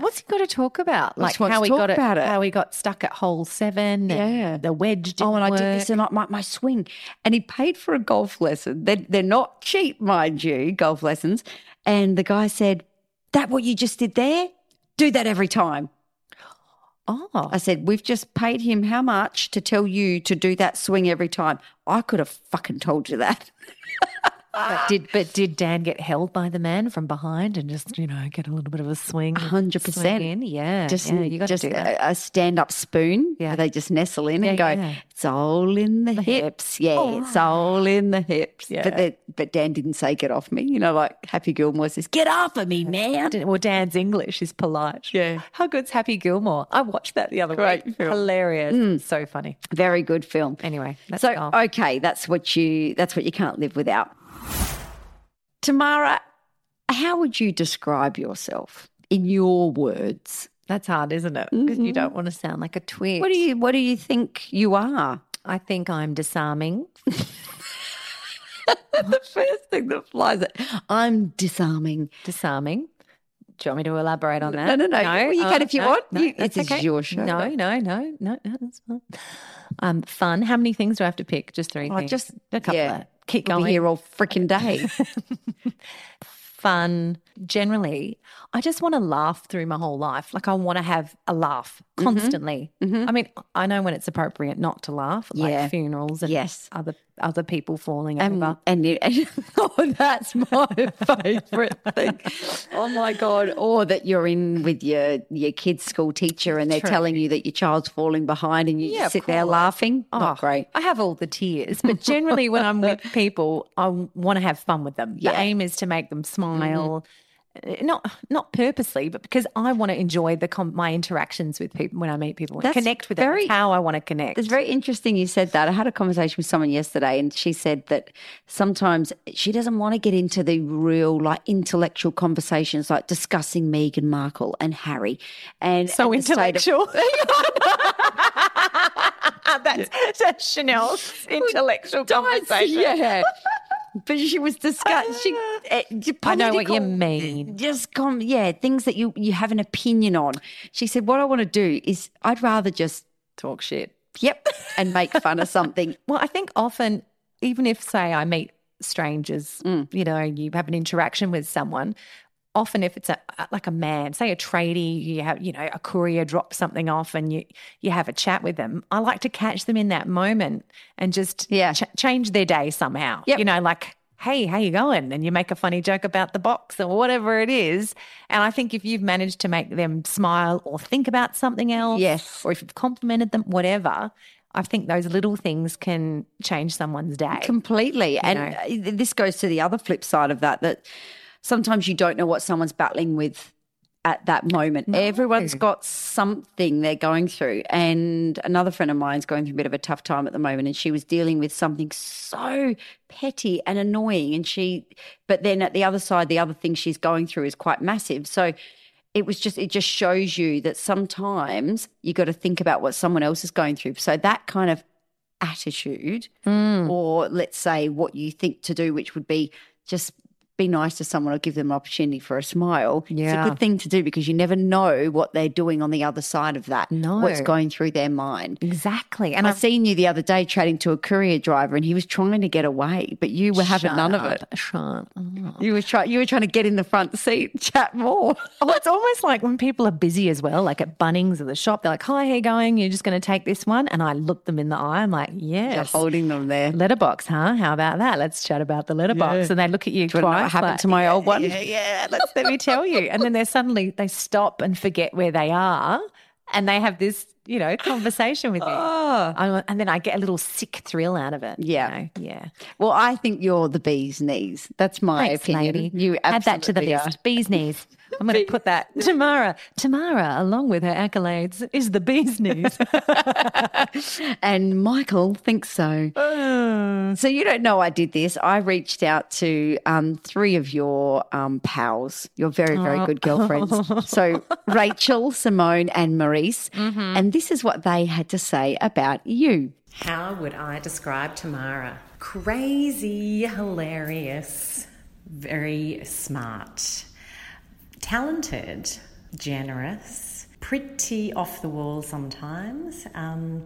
S2: What's he got to talk about?
S3: Well, she
S2: Like
S3: wants
S2: how
S3: to
S2: he
S3: talk
S2: got
S3: about it.
S2: How he got stuck at hole seven.
S3: Yeah.
S2: And the wedge. Didn't
S3: oh, and I
S2: work.
S3: did this and I, my, my swing. And he paid for a golf lesson. They're, they're not cheap, mind you, golf lessons. And the guy said, That what you just did there? Do that every time.
S2: Oh.
S3: I said, We've just paid him how much to tell you to do that swing every time? I could have fucking told you that.
S2: But did but did Dan get held by the man from behind and just you know get a little bit of a swing?
S3: hundred
S2: swing in?
S3: percent.
S2: Yeah,
S3: just
S2: yeah, you got to
S3: just
S2: do that.
S3: a, a stand-up spoon. Yeah, they just nestle in and go.
S2: Yeah, yeah.
S3: It's all in the, hips. Yeah, it's all in the hips. But
S2: Yeah.
S3: they, but Dan didn't say get off me. You know, like Happy Gilmore says, get off of me, man.
S2: Well, Dan's English is polite.
S3: Yeah,
S2: How good's Happy Gilmore? I watched that the other
S3: Great
S2: week.
S3: film.
S2: Hilarious. So funny.
S3: very good film.
S2: Anyway, that's
S3: so
S2: all.
S3: okay, that's what you that's what you can't live without. Tamara, how would you describe yourself in your words?
S2: That's hard, isn't it? Because you don't want to sound like a twit.
S3: What do you what do you think you are?
S2: I think I'm disarming.
S3: the first thing that flies at I'm disarming.
S2: Disarming. Do you want me to elaborate on
S3: No,
S2: that? Oh,
S3: no, no. Well, you can if you want. You-
S2: that's
S3: this is your show.
S2: No, no, no, no, no. That's fine. Um, fun. How many things do I have to pick? Just three
S3: Oh,
S2: things.
S3: just-
S2: a couple.
S3: yeah.
S2: Of, keep
S3: We'll
S2: going.
S3: be here all freaking day.
S2: fun generally i just want to laugh through my whole life like i want to have a laugh
S3: Mm-hmm.
S2: constantly i mean i know when it's appropriate not to laugh like
S3: Yeah.
S2: funerals and
S3: Yes.
S2: other other people falling
S3: and,
S2: over
S3: and, you- and- oh, that's my favourite thing. Oh my god! Or that you're in with your your kid's school teacher and they're
S2: True.
S3: telling you that your child's falling behind and you
S2: Yeah,
S3: just
S2: of
S3: sit there
S2: course. Oh.
S3: laughing. Not great.
S2: I have all the tears, but generally when I'm with people, I want to have fun with them. The
S3: Yeah. Mm-hmm.
S2: aim is to make them smile, Uh, not not purposely, but because I want to enjoy the com- my interactions with people when I meet people, and
S3: That's
S2: connect with them.
S3: very-
S2: It's how I want to connect.
S3: It's very interesting you said that. I had a conversation with someone yesterday and she said that sometimes she doesn't want to get into the real like intellectual conversations like discussing Meghan Markle and Harry and
S2: so
S3: and the state of-
S2: intellectual. that's, that's Chanel's intellectual conversation.
S3: Yeah. But she was discussing. She, uh,
S2: I know what
S3: political-
S2: you mean.
S3: Just com- yeah, things that you you have an opinion on. She said, "What I want to do is, I'd rather just
S2: Talk shit.
S3: yep and make fun of something."
S2: Well, I think often, even if, say, I meet strangers,
S3: Mm.
S2: you know, you have an interaction with someone, often if it's a like a man, say a tradie, you have, you know, a courier drops something off and you you have a chat with them. I like to catch them in that moment and just
S3: Yeah.
S2: ch- change their day somehow.
S3: Yep.
S2: You know, like. Hey, how you going? And you make a funny joke about the box or whatever it is. And I think if you've managed to make them smile or think about something else,
S3: Yes.
S2: or if you've complimented them, whatever, I think those little things can change someone's day.
S3: Completely. And uh, this goes to the other flip side of that that sometimes you don't know what someone's battling with at that moment. Everyone's got something they're going through. And another friend of mine's going through a bit of a tough time at the moment and she was dealing with something so petty and annoying and she but then at the other side the other thing she's going through is quite massive. So it was just it just shows you that sometimes you got to think about what someone else is going through. So that kind of attitude or let's say what you think to do, which would be just be nice to someone or give them an opportunity for a smile. It's
S2: Yeah.
S3: a good thing to do because you never know what they're doing on the other side of that.
S2: No.
S3: What's going through their mind.
S2: Exactly. And
S3: And I
S2: I've
S3: seen you the other day chatting to a courier driver and he was trying to get away, but you were having none of it.
S2: Shan't.
S3: You were trying you were trying to get in the front seat, chat more.
S2: Oh, it's almost like when people are busy as well, like at Bunnings or the shop, they're like, hi, how you going? You're just going to take this one? And I look them in the eye. I'm like,
S3: You're
S2: yes.
S3: holding them there.
S2: Letterbox, huh? How about that? Let's chat about the letterbox. And they look at you
S3: Do you wanna know what
S2: twice,
S3: happened
S2: like,
S3: to my old one?
S2: Yeah, yeah, let's let me tell you. And then they suddenly they stop and forget where they are, and they have this you know conversation with me. I'm- And then I get a little sick thrill out of it. you
S3: Ah. Yeah.
S2: know? yeah.
S3: Well, I think you're the bee's knees. That's my
S2: Thanks,
S3: opinion.
S2: lady.
S3: You absolutely
S2: add that to the
S3: are.
S2: list. Bee's knees. I'm going to put that. Tamara, Tamara, along with her accolades, is the bee's knees.
S3: and Michael thinks so. So you don't know I did this. I reached out to um, three of your um, pals, your very very good girlfriends. so Rachel, Simone, and Maurice. And this is what they had to say about you.
S8: How would I describe Tamara? Crazy, hilarious, very smart, talented,
S2: generous, pretty off the wall sometimes. Um,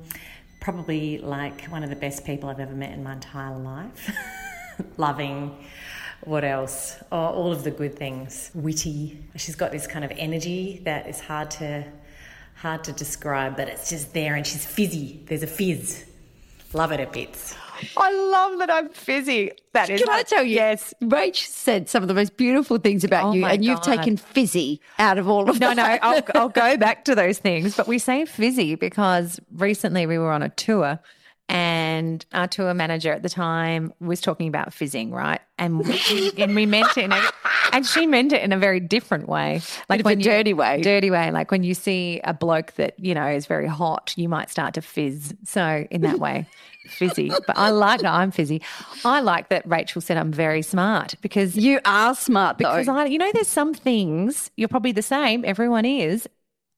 S2: probably like one of the best people I've ever met in my entire life. Loving. What else? Oh, all of the good things. Witty. She's got this kind of energy that is hard to hard to describe, but it's just there, and she's fizzy. There's a fizz. Love it a bit.
S3: I love that I'm fizzy. That is.
S9: Can I tell you?
S3: Yes. Rach said some of the most beautiful things about
S10: Oh
S3: you,
S10: my
S3: and you've
S10: God.
S3: taken fizzy out of all of
S10: No,
S3: that.
S10: no, I'll, I'll go back to those things. But we say fizzy because recently we were on a tour and our tour manager at the time was talking about fizzing, right? And we, and we meant it in a, and she meant it in a very different way. Like
S3: of a
S10: you-
S3: dirty way.
S10: Dirty way. Like when you see a bloke that, you know, is very hot, you might start to fizz. So in that way. Fizzy, but I like that I'm fizzy. I like that Rachel said I'm very smart because
S3: you are smart though.
S10: because I, you know, there's some things you're probably the same. Everyone is.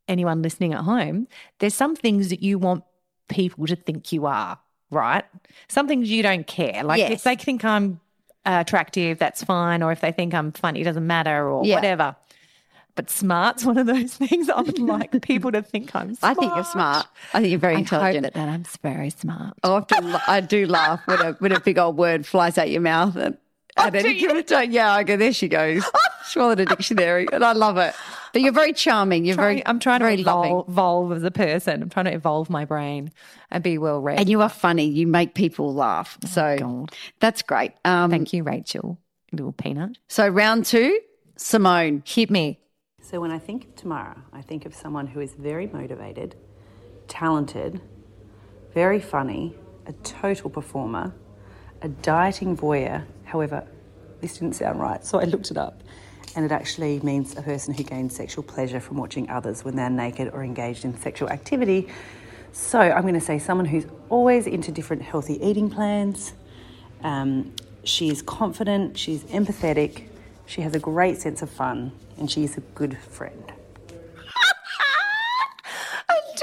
S10: Anyone listening at home, there's some things that you want people to think you are, right? Some things you don't care. Like
S3: Yes.
S10: if they think I'm uh, attractive, that's fine. Or if they think I'm funny, it doesn't matter or
S3: Yeah.
S10: whatever. But smart's one of those things I would like people to think I'm
S3: I
S10: smart.
S3: think you're smart. I think you're very
S10: I hope
S3: intelligent. Oh,
S10: that, that I'm very smart.
S3: I often I do laugh when a when a big old word flies out your mouth and
S10: Oh,
S3: at any given time. Yeah, I go there she goes. Swallowed a dictionary, and I love it. But you're very charming. You're
S10: Trying-
S3: very.
S10: I'm trying to
S3: very loving.
S10: evol- evolve as a person. I'm trying to evolve my brain and be well read.
S3: And you are funny. You make people laugh. So that's great.
S10: Oh,
S3: Um,
S10: Thank you, Rachel. Little peanut.
S3: So round two, Simone,
S10: hit me.
S11: So when I think of Tamara, I think of someone who is very motivated, talented, very funny, a total performer, a dieting voyeur. However, this didn't sound right, so I looked it up. And it actually means a person who gains sexual pleasure from watching others when they're naked or engaged in sexual activity. So I'm going to say someone who's always into different healthy eating plans. Um, she is confident, she's empathetic, she has a great sense of fun, and she is a good friend.
S10: a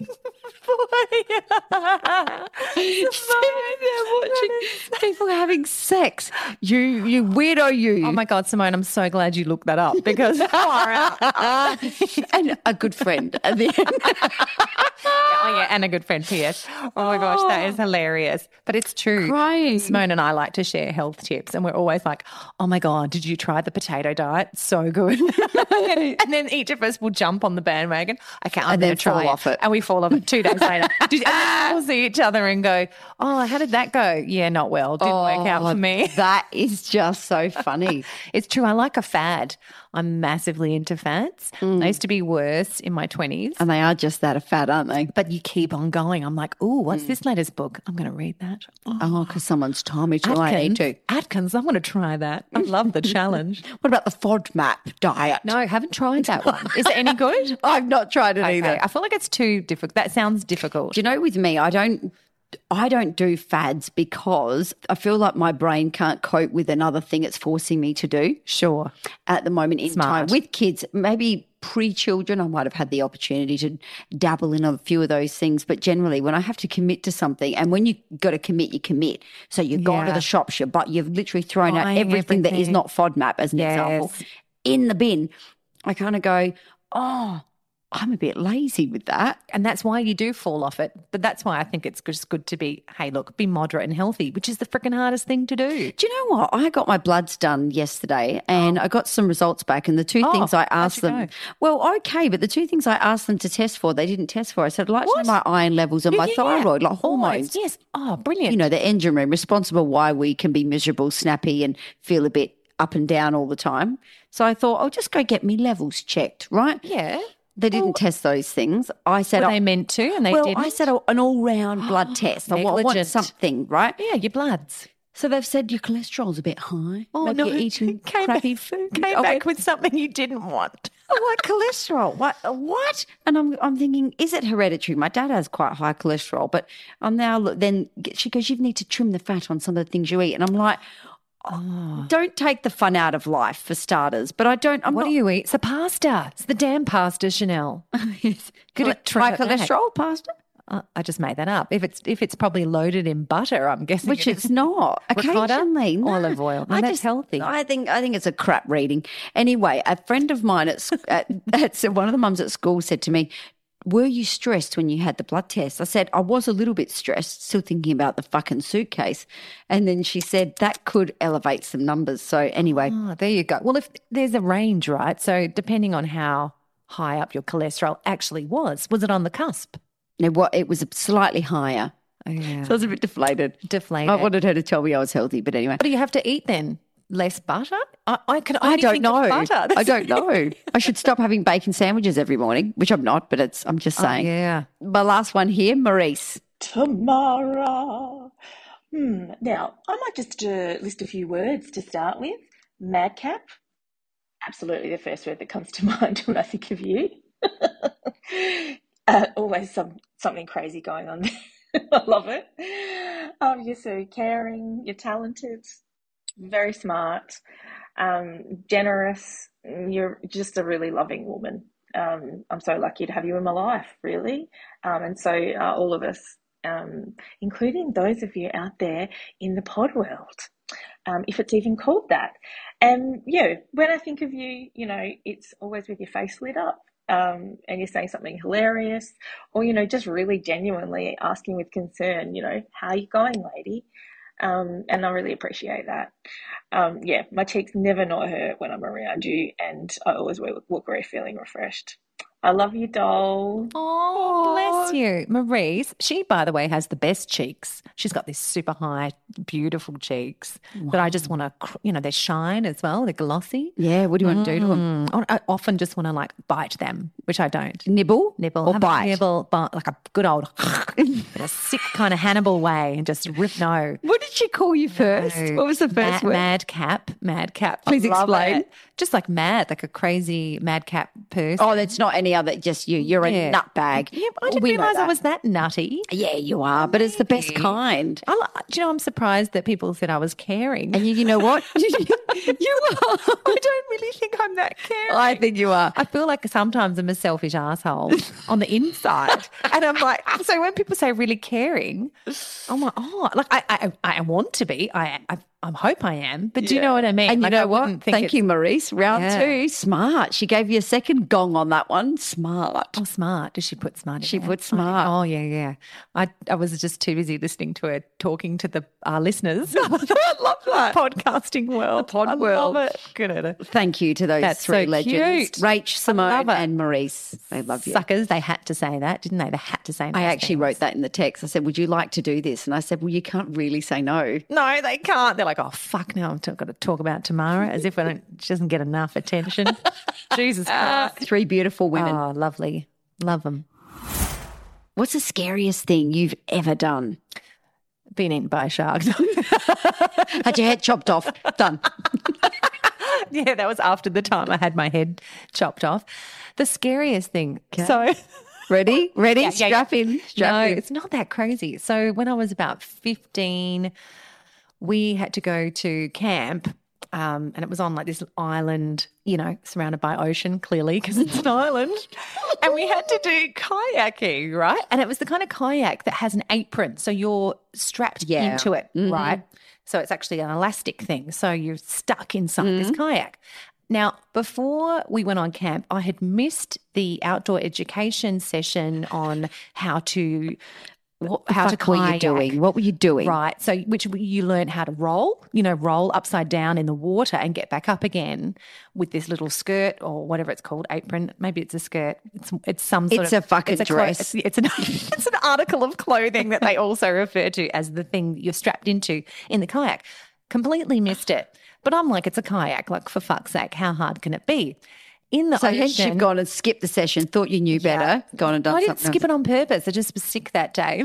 S10: doting voyeur. Simone, they're watching
S3: people having sex. You, you weirdo, you.
S10: Oh my God, Simone, I'm so glad you looked that up because far out.
S3: and a good friend at the end.
S10: Oh yeah, and a good friend. P.S. Oh my gosh, that
S3: Ah.
S10: is hilarious, but it's true.
S3: Crying.
S10: Simone and I like to share health tips, and we're always like, "Oh my god, did you try the potato diet? So good!" and then each of us will jump on the bandwagon. Okay, I'm
S3: And
S10: going
S3: then
S10: to try
S3: fall off it. Ah.
S10: and we fall off it two days later. Did, and then we'll see each other and go, "Oh, how did that go? Yeah, not well. Didn't work out for me."
S3: Oh, that is just so funny.
S10: It's true. I like a fad. I'm massively into fads. I used to be worse in my 20s.
S3: Hmm. And they are just that a fat, aren't they? Hmm.
S10: But you keep on going. I'm like, oh, what's this latest book? I'm going to read that. Oh,
S3: Oh, because someone's told me to. I need
S10: Atkins,
S3: to.
S10: Atkins, I want to try that. I love the challenge.
S3: What about the FODMAP diet?
S10: No, haven't tried that one. Is it any good?
S3: I've not tried it either.
S10: Okay, I feel like it's too difficult. That sounds difficult.
S3: Do you know with me, I don't I don't do fads because I feel like my brain can't cope with another thing it's forcing me to do
S10: Sure.
S3: at the moment in
S10: Smart.
S3: time with kids, maybe pre-children I might have had the opportunity to dabble in a few of those things, but generally when I have to commit to something and when you got to commit you commit. So you've gone to
S10: Yeah.
S3: the shops, you but you've literally thrown out
S10: Buying
S3: everything, that is
S10: everything.
S3: not FODMAP as an example
S10: Yes.
S3: in the bin. I kind of go, "Oh, I'm a bit lazy with that."
S10: And that's why you do fall off it. But that's why I think it's just good to be, hey, look, be moderate and healthy, which is the freaking hardest thing to do.
S3: Do you know what? I got my bloods done yesterday and I got some results back. And the two
S10: Oh,
S3: things I
S10: how'd
S3: asked
S10: you
S3: them,
S10: go?
S3: well, okay, but the two things I asked them to test for, they didn't test for. I said, I'd like to
S10: What?
S3: know my iron levels and
S10: Yeah,
S3: my
S10: yeah, yeah.
S3: thyroid, like
S10: Always.
S3: hormones.
S10: Yes. Oh, brilliant.
S3: You know, the engine room, responsible why we can be miserable, snappy, and feel a bit up and down all the time. So I thought, I'll just go get me levels checked, right?
S10: yeah.
S3: They didn't test those things. I said,
S10: Were
S3: I-
S10: they meant to and they
S3: well,
S10: didn't?
S3: I said oh, an all-round blood test. I want, I want
S10: Negligent.
S3: something, right?
S10: yeah, your bloods.
S3: So they've said your cholesterol's a bit high.
S10: Oh
S3: Maybe
S10: no!
S3: you're eating
S10: came
S3: crappy
S10: back,
S3: food. Oh,
S10: Came
S3: I
S10: back
S3: went,
S10: with something you didn't want.
S3: "Oh, what cholesterol? What? uh, What? And I'm I'm thinking, is it hereditary? My dad has quite high cholesterol, but I'm now look. Then she goes, you need to trim the fat on some of the things you eat, and I'm like, oh, don't take the fun out of life for starters. But I don't. I'm
S10: Ah. what
S3: not,
S10: do you eat? It's the pasta. It's the damn pasta, Chanel.
S3: yes.
S10: Good
S3: Chole-
S10: at trim
S3: high
S10: it back.
S3: cholesterol pasta.
S10: Uh, I just made that up. If it's if it's probably loaded in butter, I'm guessing,
S3: which it's not.
S10: Ricotta,
S3: Occasionally, no.
S10: olive oil. No,
S3: I
S10: that's
S3: just-
S10: healthy.
S3: I think I think it's a crap reading. Anyway, a friend of mine at, sc- at, at so one of the mums at school said to me, "Were you stressed when you had the blood test?" I said, "I was a little bit stressed, still thinking about the fucking suitcase." And then she said that could elevate some numbers. So anyway,
S10: Oh, there you go. Well, if there's a range, right? So depending on how high up your cholesterol actually was, was it on the cusp?
S3: no, what it was slightly higher,
S10: Oh, yeah.
S3: so I was a bit deflated.
S10: Deflated.
S3: I wanted her to tell me I was healthy, but anyway,
S10: What do you have to eat then? Less butter? I, I can. Only
S3: I don't
S10: think
S3: know.
S10: Of butter.
S3: I don't know. I should stop having bacon sandwiches every morning, which I'm not, but it's I'm just
S10: Oh,
S3: saying.
S10: yeah.
S3: My last one here, Maurice.
S2: Tamara. Hmm. Now, I might just uh, list a few words to start with. Madcap, absolutely the first word that comes to mind when I think of you. Uh, always some something crazy going on there. I love it. Um, you're so caring, you're talented, very smart, um, generous. You're just a really loving woman. Um, I'm so lucky to have you in my life, really. Um, and so are all of us, um, including those of you out there in the pod world, um, if it's even called that. And yeah, when I think of you, you know, it's always with your face lit up. Um, and you're saying something hilarious, or you know, just really genuinely asking with concern, you know, how you going, lady? Um, and I really appreciate that. Um, yeah, my cheeks never not hurt when I'm around you, and I always wa- walk away feeling refreshed. I love you, doll.
S10: Oh, bless you. Maurice, she, by the way, has the best cheeks. She's got these super high, beautiful cheeks that I just want to, you know, they shine as well. They're glossy.
S3: Yeah, what do you want to do to them?
S10: Mm, I I often just want to like bite them, which I don't.
S3: Nibble?
S10: Nibble.
S3: Or
S10: have a
S3: bite?
S10: Nibble, bite, like a good old, in a sick kind of Hannibal way and just rip, no.
S3: What did she call you first?
S10: no.
S3: What was the
S10: mad,
S3: first word?
S10: Madcap, madcap.
S3: Please
S10: I love
S3: explain.
S10: it. Just like mad, like a crazy madcap person.
S3: Oh, that's not any other, just you. You're a
S10: Yeah.
S3: nutbag.
S10: Yeah, but I didn't
S3: We know
S10: realize I
S3: that.
S10: was that nutty.
S3: Yeah, you are, but it's the best kind.
S10: I, li- do you know, I'm surprised that people said I was caring.
S3: And you, you know what?
S10: you are. I don't really think I'm that caring.
S3: I think you are.
S10: I feel like sometimes I'm a selfish asshole on the inside. And I'm like, so when people say really caring, I'm like, oh, like I, I, I want to be. I, I, I hope I am. But do you know what I mean?
S3: And you
S10: Like, I
S3: know
S10: wouldn't
S3: what?
S10: think
S3: Thank
S10: it's-
S3: you, Maurice. Round
S10: Yeah.
S3: two, smart. She gave you a second gong on that one. Smart.
S10: Oh, smart. Does she put smart in
S3: She
S10: there?
S3: put
S10: I-
S3: smart.
S10: Oh, yeah, yeah. I, I was just too busy listening to her talking to the our listeners. I love that. Podcasting world. The
S3: pod
S10: I
S3: world.
S10: love it. Good at it.
S3: Thank you to those
S10: That's
S3: three
S10: so
S3: legends,
S10: cute.
S3: Rach, Simone,
S10: love it.
S3: and Maurice. They love you.
S10: Suckers, they had to say that, didn't they? They had to say
S3: I
S10: nice
S3: actually
S10: things.
S3: wrote that in the text. I said, "Would you like to do this?" And I said, "Well, you can't really say no."
S10: No, they can't. They're like, oh, fuck, now I've t- got to talk about Tamara as if I don't, she doesn't get enough attention. Jesus Christ.
S3: Ah. Three beautiful women.
S10: Oh, lovely. Love them.
S3: What's the scariest thing you've ever done?
S10: Been eaten by a shark.
S3: Had your head chopped off. Done.
S10: yeah, that was after the time I had my head chopped off. The scariest thing. So.
S3: Ready? Ready?
S10: Yeah, yeah, yeah.
S3: Strap in. Strap
S10: no,
S3: in.
S10: it's not that crazy. So when I was about 15, we had to go to camp. Um, and it was on like this island, you know, surrounded by ocean, clearly, because it's an island. And we had to do kayaking, right? And it was the kind of kayak that has an apron. So you're strapped
S3: Yeah.
S10: into it,
S3: Mhm.
S10: right? So it's actually an elastic thing. So you're stuck inside this kayak. Now, before we went on camp, I had missed the outdoor education session on how to what, how to
S3: Fuck, what were you
S10: kayak.
S3: doing? What were you doing?
S10: Right. So, which you learn how to roll, you know, roll upside down in the water and get back up again with this little skirt or whatever it's called, apron. Maybe it's a skirt. It's, it's some sort
S3: It's
S10: of
S3: a fucking
S10: clo- it's,
S3: dress.
S10: it's an it's an article of clothing that they also refer to as the thing that you're strapped into in the kayak. Completely missed it. But I'm like, it's a kayak. Like for fuck's sake, how hard can it be? In the
S3: So
S10: ocean,
S3: hence you've gone and skipped the session. Thought you knew better. Gone and done
S10: I didn't
S3: something.
S10: skip it on purpose. I just was sick that day.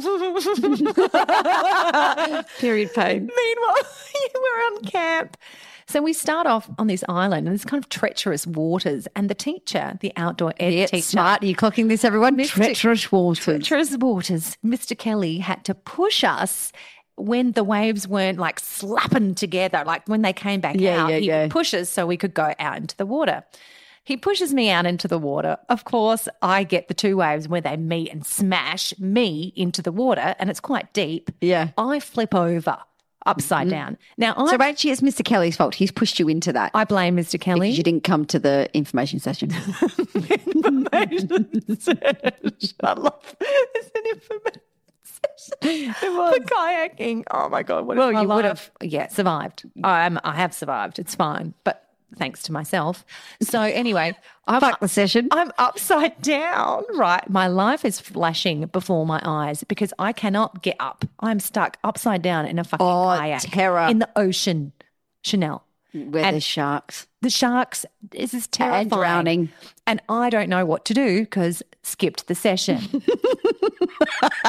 S3: Period pain.
S10: Meanwhile, we're on camp. So we start off on this island and it's kind of treacherous waters. And the teacher, the outdoor ed
S3: Yeah,
S10: teacher,
S3: smart. Are you clocking this, everyone?
S10: Mystic-
S3: Treacherous waters.
S10: treacherous waters, Mr. Kelly had to push us when the waves weren't like slapping together, like when they came back
S3: Yeah,
S10: out,
S3: yeah,
S10: he
S3: yeah.
S10: would push us so we could go out into the water.
S2: He pushes me out into the water. Of course, I get the two waves where they meet and smash me into the water, and it's quite deep.
S3: Yeah. Mm-hmm.
S2: I flip over upside down. Now, I,
S3: So, Rachie, it's Mr. Kelly's fault. He's pushed you into that.
S2: I blame Mr. Kelly.
S3: Because you didn't come to the information session.
S2: information session. I love it's an information session. The kayaking. Oh my god! What
S3: Well,
S2: if my
S3: you would
S2: life yeah survived. I'm, I have survived. It's fine, but thanks to myself. So anyway, I'm,
S3: Fuck the session.
S2: I'm upside down. Right, my life is flashing before my eyes because I cannot get up. I'm stuck upside down in a fucking
S3: Oh,
S2: kayak
S3: terror.
S2: in the ocean. Chanel.
S3: Where
S2: And-
S3: there's sharks.
S2: The sharks, this is terrifying.
S3: And drowning.
S2: And I don't know what to do because skipped the session.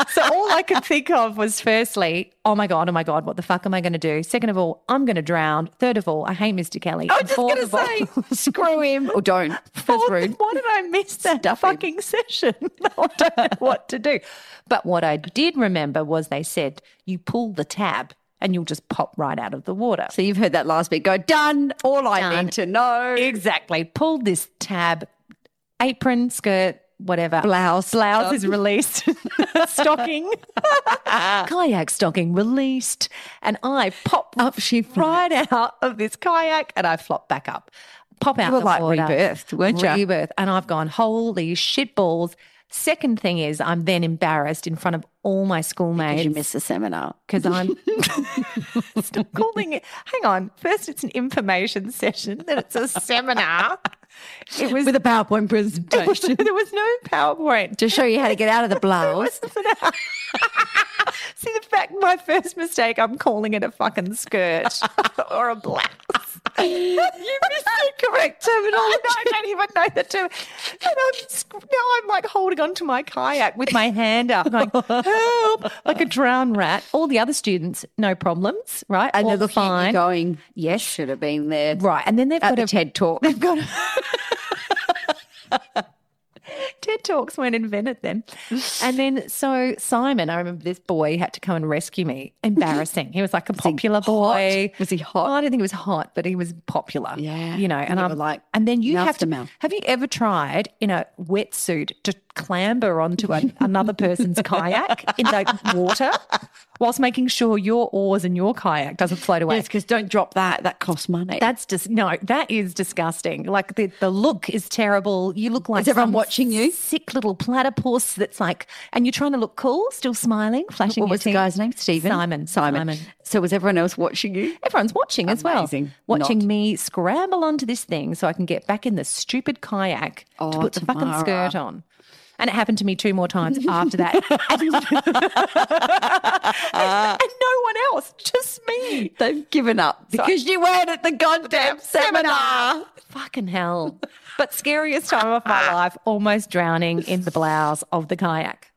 S2: so all I could think of was firstly, oh my God, oh my God, what the fuck am I going to do? Second of all, I'm going to drown. Third of all, I hate Mr. Kelly.
S3: I was
S2: And
S3: just
S2: fourth
S3: going to
S2: of all-
S3: say, screw him or don't. That's
S2: Fourth,
S3: rude.
S2: Why did I miss that fucking session? I don't know what to do. But what I did remember was they said, you pull the tab and you'll just pop right out of the water.
S3: So you've heard that last bit. Go done. All I
S2: Done.
S3: need to know.
S2: Exactly. Pulled this tab, apron, skirt, whatever.
S3: Blouse.
S2: Blouse is released. stocking. kayak stocking released. And I pop
S3: Up she
S2: right out of this kayak and I flop back up. Pop out
S3: You were
S2: the
S3: like
S2: water.
S3: rebirthed, weren't ya?
S2: Rebirth. And I've gone, holy shit balls. Second thing is I'm then embarrassed in front of all my schoolmates
S3: Because you missed the seminar.
S2: because I'm stop calling it. Hang on. First, it's an information session, then it's a seminar. It was,
S3: With a PowerPoint
S2: there was
S3: presentation
S2: there was no PowerPoint.
S3: to show you how to get out of the blouse.
S2: See the fact my first mistake. I'm calling it a fucking skirt or a blouse. you missed the correct terminology. I don't even know the term. And I'm sc- now I'm like holding onto my kayak with my hand up, going help, like a drowned rat. All the other students, no problems, right? All
S3: Another
S2: fine.
S3: Going.
S2: Yes.
S3: Should have been there.
S2: Right. And then they've
S3: At
S2: got
S3: the
S2: a
S3: TED Talk.
S2: They've got TED Talks weren't invented then. And then so Simon, I remember this boy had to come and rescue me. Embarrassing. He was like a popular boy.
S3: Was he hot?
S2: Well, I don't think he was hot, but he was popular.
S3: Yeah.
S2: You know, and,
S3: And you
S2: I'm
S3: were like,
S2: and then you
S3: mouth
S2: have
S3: to
S2: to,
S3: mouth.
S2: have you ever tried in a wetsuit to clamber onto an, another person's kayak in the water whilst making sure your oars and your kayak doesn't float away?
S3: Yes, because don't drop that. That costs money.
S2: That's just no. That is disgusting. Like the, the look is terrible. You look like
S3: Is everyone
S2: some
S3: watching you?
S2: Sick little platypus. That's like, and you're trying to look cool, still smiling, flashing.
S3: what
S2: your
S3: was the
S2: teeth.
S3: guy's name? Stephen?
S2: Simon.
S3: Simon. So was everyone else watching you?
S2: Everyone's watching as well.
S3: Amazing.
S2: Watching
S3: Not.
S2: me scramble onto this thing so I can get back in the stupid kayak to
S3: Oh,
S2: put the fucking
S3: Tamara.
S2: skirt on. And it happened to me two more times after that. and, and no one else, just me.
S3: They've given up because you weren't at the goddamn seminar.
S2: Fucking hell. But scariest time of my life, almost drowning in the blouse of the kayak.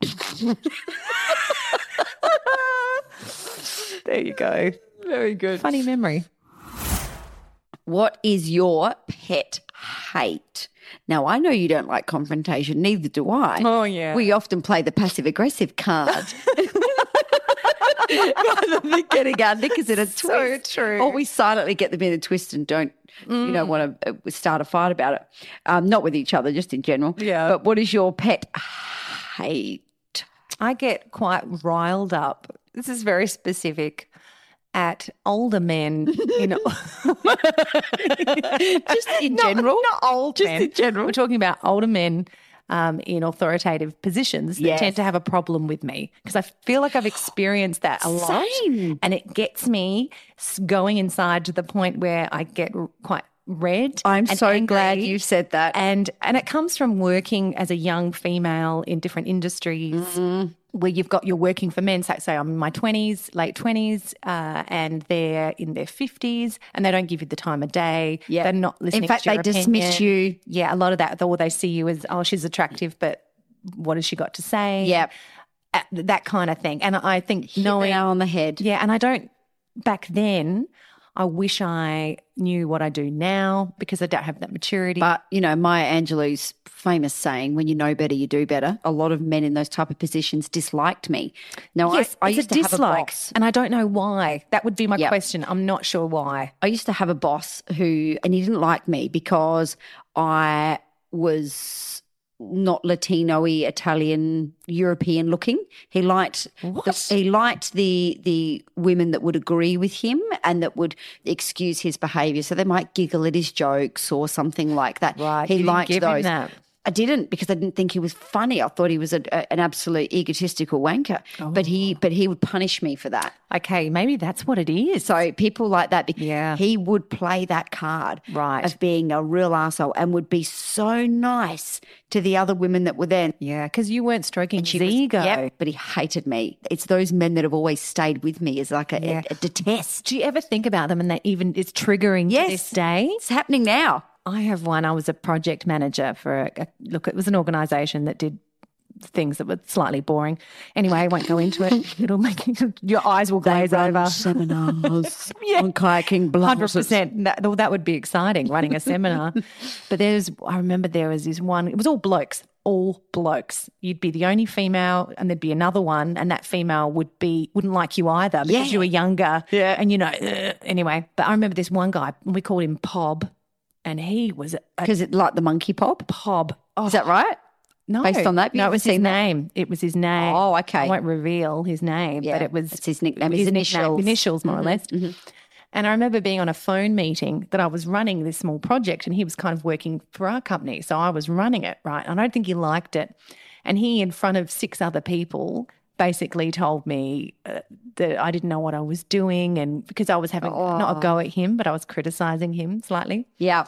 S2: there you go.
S3: Very good.
S2: Funny memory.
S3: What is your pet hate? Now, I know you don't like confrontation, neither do I.
S2: Oh, yeah.
S3: We often play the passive aggressive card. Rather than getting our knickers in a twist.
S2: So true. Mm.
S3: Or we silently get them in a twist and don't, you know, want to uh, start a fight about it. Um, not with each other, just in general.
S2: Yeah.
S3: But what is your pet hate?
S2: I get quite riled up. This is very specific at older men in
S3: Just in
S2: Not-
S3: general?
S2: Not old
S3: Just
S2: men.
S3: in general?
S2: We're talking about older men um, in authoritative positions that
S3: Yes.
S2: tend to have a problem with me because I feel like I've experienced that a lot,
S3: Same.
S2: and it gets me s- going inside to the point where I get r- quite red.
S3: I'm
S2: and
S3: so glad
S2: angry
S3: you said that.
S2: and and it comes from working as a young female in different industries where you've got you're working for men so say i'm in my 20s late 20s uh, and they're in their 50s and they don't give you the time of day
S3: Yeah.
S2: they're not
S3: In
S2: listening
S3: fact,
S2: to your
S3: they dismiss
S2: opinion.
S3: you.
S2: yeah a lot of that or they see you as oh she's attractive but what has she got to say
S3: Yep.
S2: Uh, that kind of thing and i think
S3: No
S2: knowing
S3: on the head.
S2: yeah, and I don't back then. I wish I knew what I do now because I don't have that maturity.
S3: But you know, Maya Angelou's famous saying, "When you know better, you do better." A lot of men in those type of positions disliked me. Now,
S2: yes,
S3: I, I
S2: it's
S3: used
S2: a
S3: to have a
S2: dislike,
S3: boss.
S2: and I don't know why. That would be my
S3: Yep.
S2: question. I'm not sure why.
S3: I used to have a boss who, and he didn't like me because I was not Latino-y, Italian, European looking. He liked the, he liked the the women that would agree with him and that would excuse his behaviour. So they might giggle at his jokes or something like that.
S2: Right.
S3: He
S2: You didn't
S3: liked
S2: give him
S3: those.
S2: that.
S3: I didn't because I didn't think he was funny. I thought he was a, a- an absolute egotistical wanker.
S2: Oh.
S3: But he but he would punish me for that.
S2: Okay, maybe that's what it is.
S3: So people like that, be-
S2: Yeah.
S3: he would play that card
S2: Right.
S3: of being a real arsehole and would be so nice to the other women that were there.
S2: Yeah, because you weren't stroking his
S3: She was-
S2: ego.
S3: yep, but he hated me. It's those men that have always stayed with me as like a, a-
S2: Yeah.
S3: a detest.
S2: Do you ever think about them and that even it's triggering
S3: Yes.
S2: to this day?
S3: It's happening now.
S2: I have one. I was a project manager for a, a look. It was an organisation that did things that were slightly boring. Anyway, I won't go into it. It'll make you- your eyes will glaze over.
S3: seminars
S2: Yeah.
S3: on kayaking
S2: Hundred
S3: blouses.
S2: percent. That well, that would be exciting running a seminar. But there's, I remember there was this one. It was all blokes, all blokes. You'd be the only female, and there'd be another one, and that female would be wouldn't like you either because
S3: Yeah.
S2: you were younger.
S3: Yeah.
S2: and you know. "Ugh." Anyway, but I remember this one guy. We called him Pob, and he was a
S3: Because it like the monkey pop.
S2: Pob. Oh,
S3: Is that right?
S2: no,
S3: Based on that,
S2: no,
S3: you've
S2: it was his
S3: seen that?
S2: name. It was his name.
S3: Oh, okay.
S2: I won't reveal his name,
S3: Yeah,
S2: but it was
S3: it's his nickname, his
S2: nickname-
S3: initials.
S2: initials more or
S3: Mhm,
S2: less. And I remember being on a phone meeting that I was running this small project, and he was kind of working for our company, so I was running it right. And I don't think he liked it. And he, in front of six other people, basically told me uh, that I didn't know what I was doing, and because I was having not a go at him, but I was criticizing him slightly.
S3: Oh. Yeah.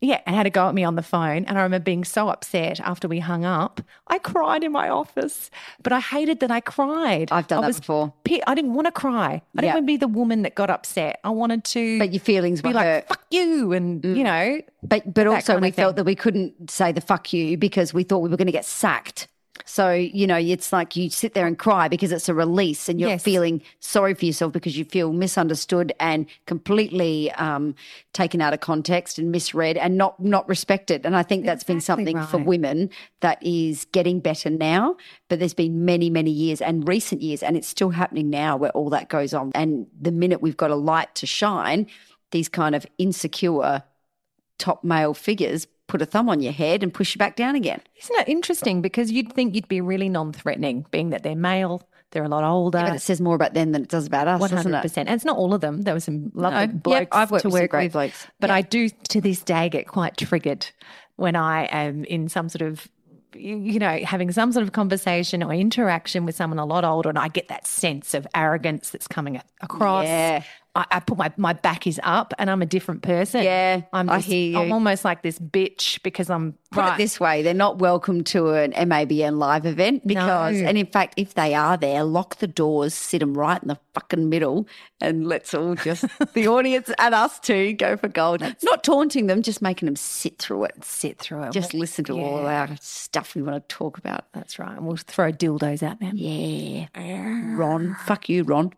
S2: Yeah, and had a go at me on the phone. And I remember being so upset after we hung up. I cried in my office, but I hated that I cried.
S3: I've done
S2: I
S3: that
S2: was
S3: before.
S2: pi- I didn't want to cry. I
S3: Yeah.
S2: didn't want to be the woman that got upset. I wanted to
S3: But your feelings
S2: be
S3: were
S2: like,
S3: hurt. Mm.
S2: fuck you. And, you know,
S3: But but also
S2: kind
S3: we
S2: of thing.
S3: felt that we couldn't say the fuck you because we thought we were going to get sacked. So you know it's like you sit there and cry because it's a release, and you're
S2: Yes.
S3: feeling sorry for yourself because you feel misunderstood and completely um, taken out of context and misread and not not respected. And I think that's been
S2: Exactly
S3: something for
S2: right.
S3: women that is getting better now, but there's been many many years and recent years, and it's still happening now where all that goes on. And the minute we've got a light to shine, these kind of insecure top male figures put a thumb on your head and push you back down again.
S2: isn't it interesting? Because you'd think you'd be really non threatening, being that they're male, they're a lot older.
S3: but it says more about them than it does about us,
S2: One
S3: doesn't
S2: hundred
S3: it?
S2: percent. And it's not all of them. There were some lovely
S3: No. Yep,
S2: blokes
S3: I've worked
S2: to
S3: with some
S2: work
S3: great
S2: with,
S3: blokes.
S2: but I do to this day get quite triggered when I am in some sort of you you know having some sort of conversation or interaction with someone a lot older and i get that sense of arrogance that's coming a- across
S3: Yeah.
S2: I, I put my, my back is up and i'm a different person
S3: Yeah,
S2: i'm
S3: I
S2: this-
S3: hear
S2: i'm
S3: you.
S2: almost like this bitch because i'm
S3: Put
S2: right
S3: it this way, they're not welcome to an MABN live event because,
S2: No.
S3: and in fact, if they are there, lock the doors, sit them right in the fucking middle, and let's all just, the audience and us too, go for gold. Not taunting them, just making them sit through it.
S2: sit through it
S3: Just listen to all our stuff we want to talk about.
S2: that's right and we'll throw dildos at them
S3: Yeah. Ron. Fuck you, Ron.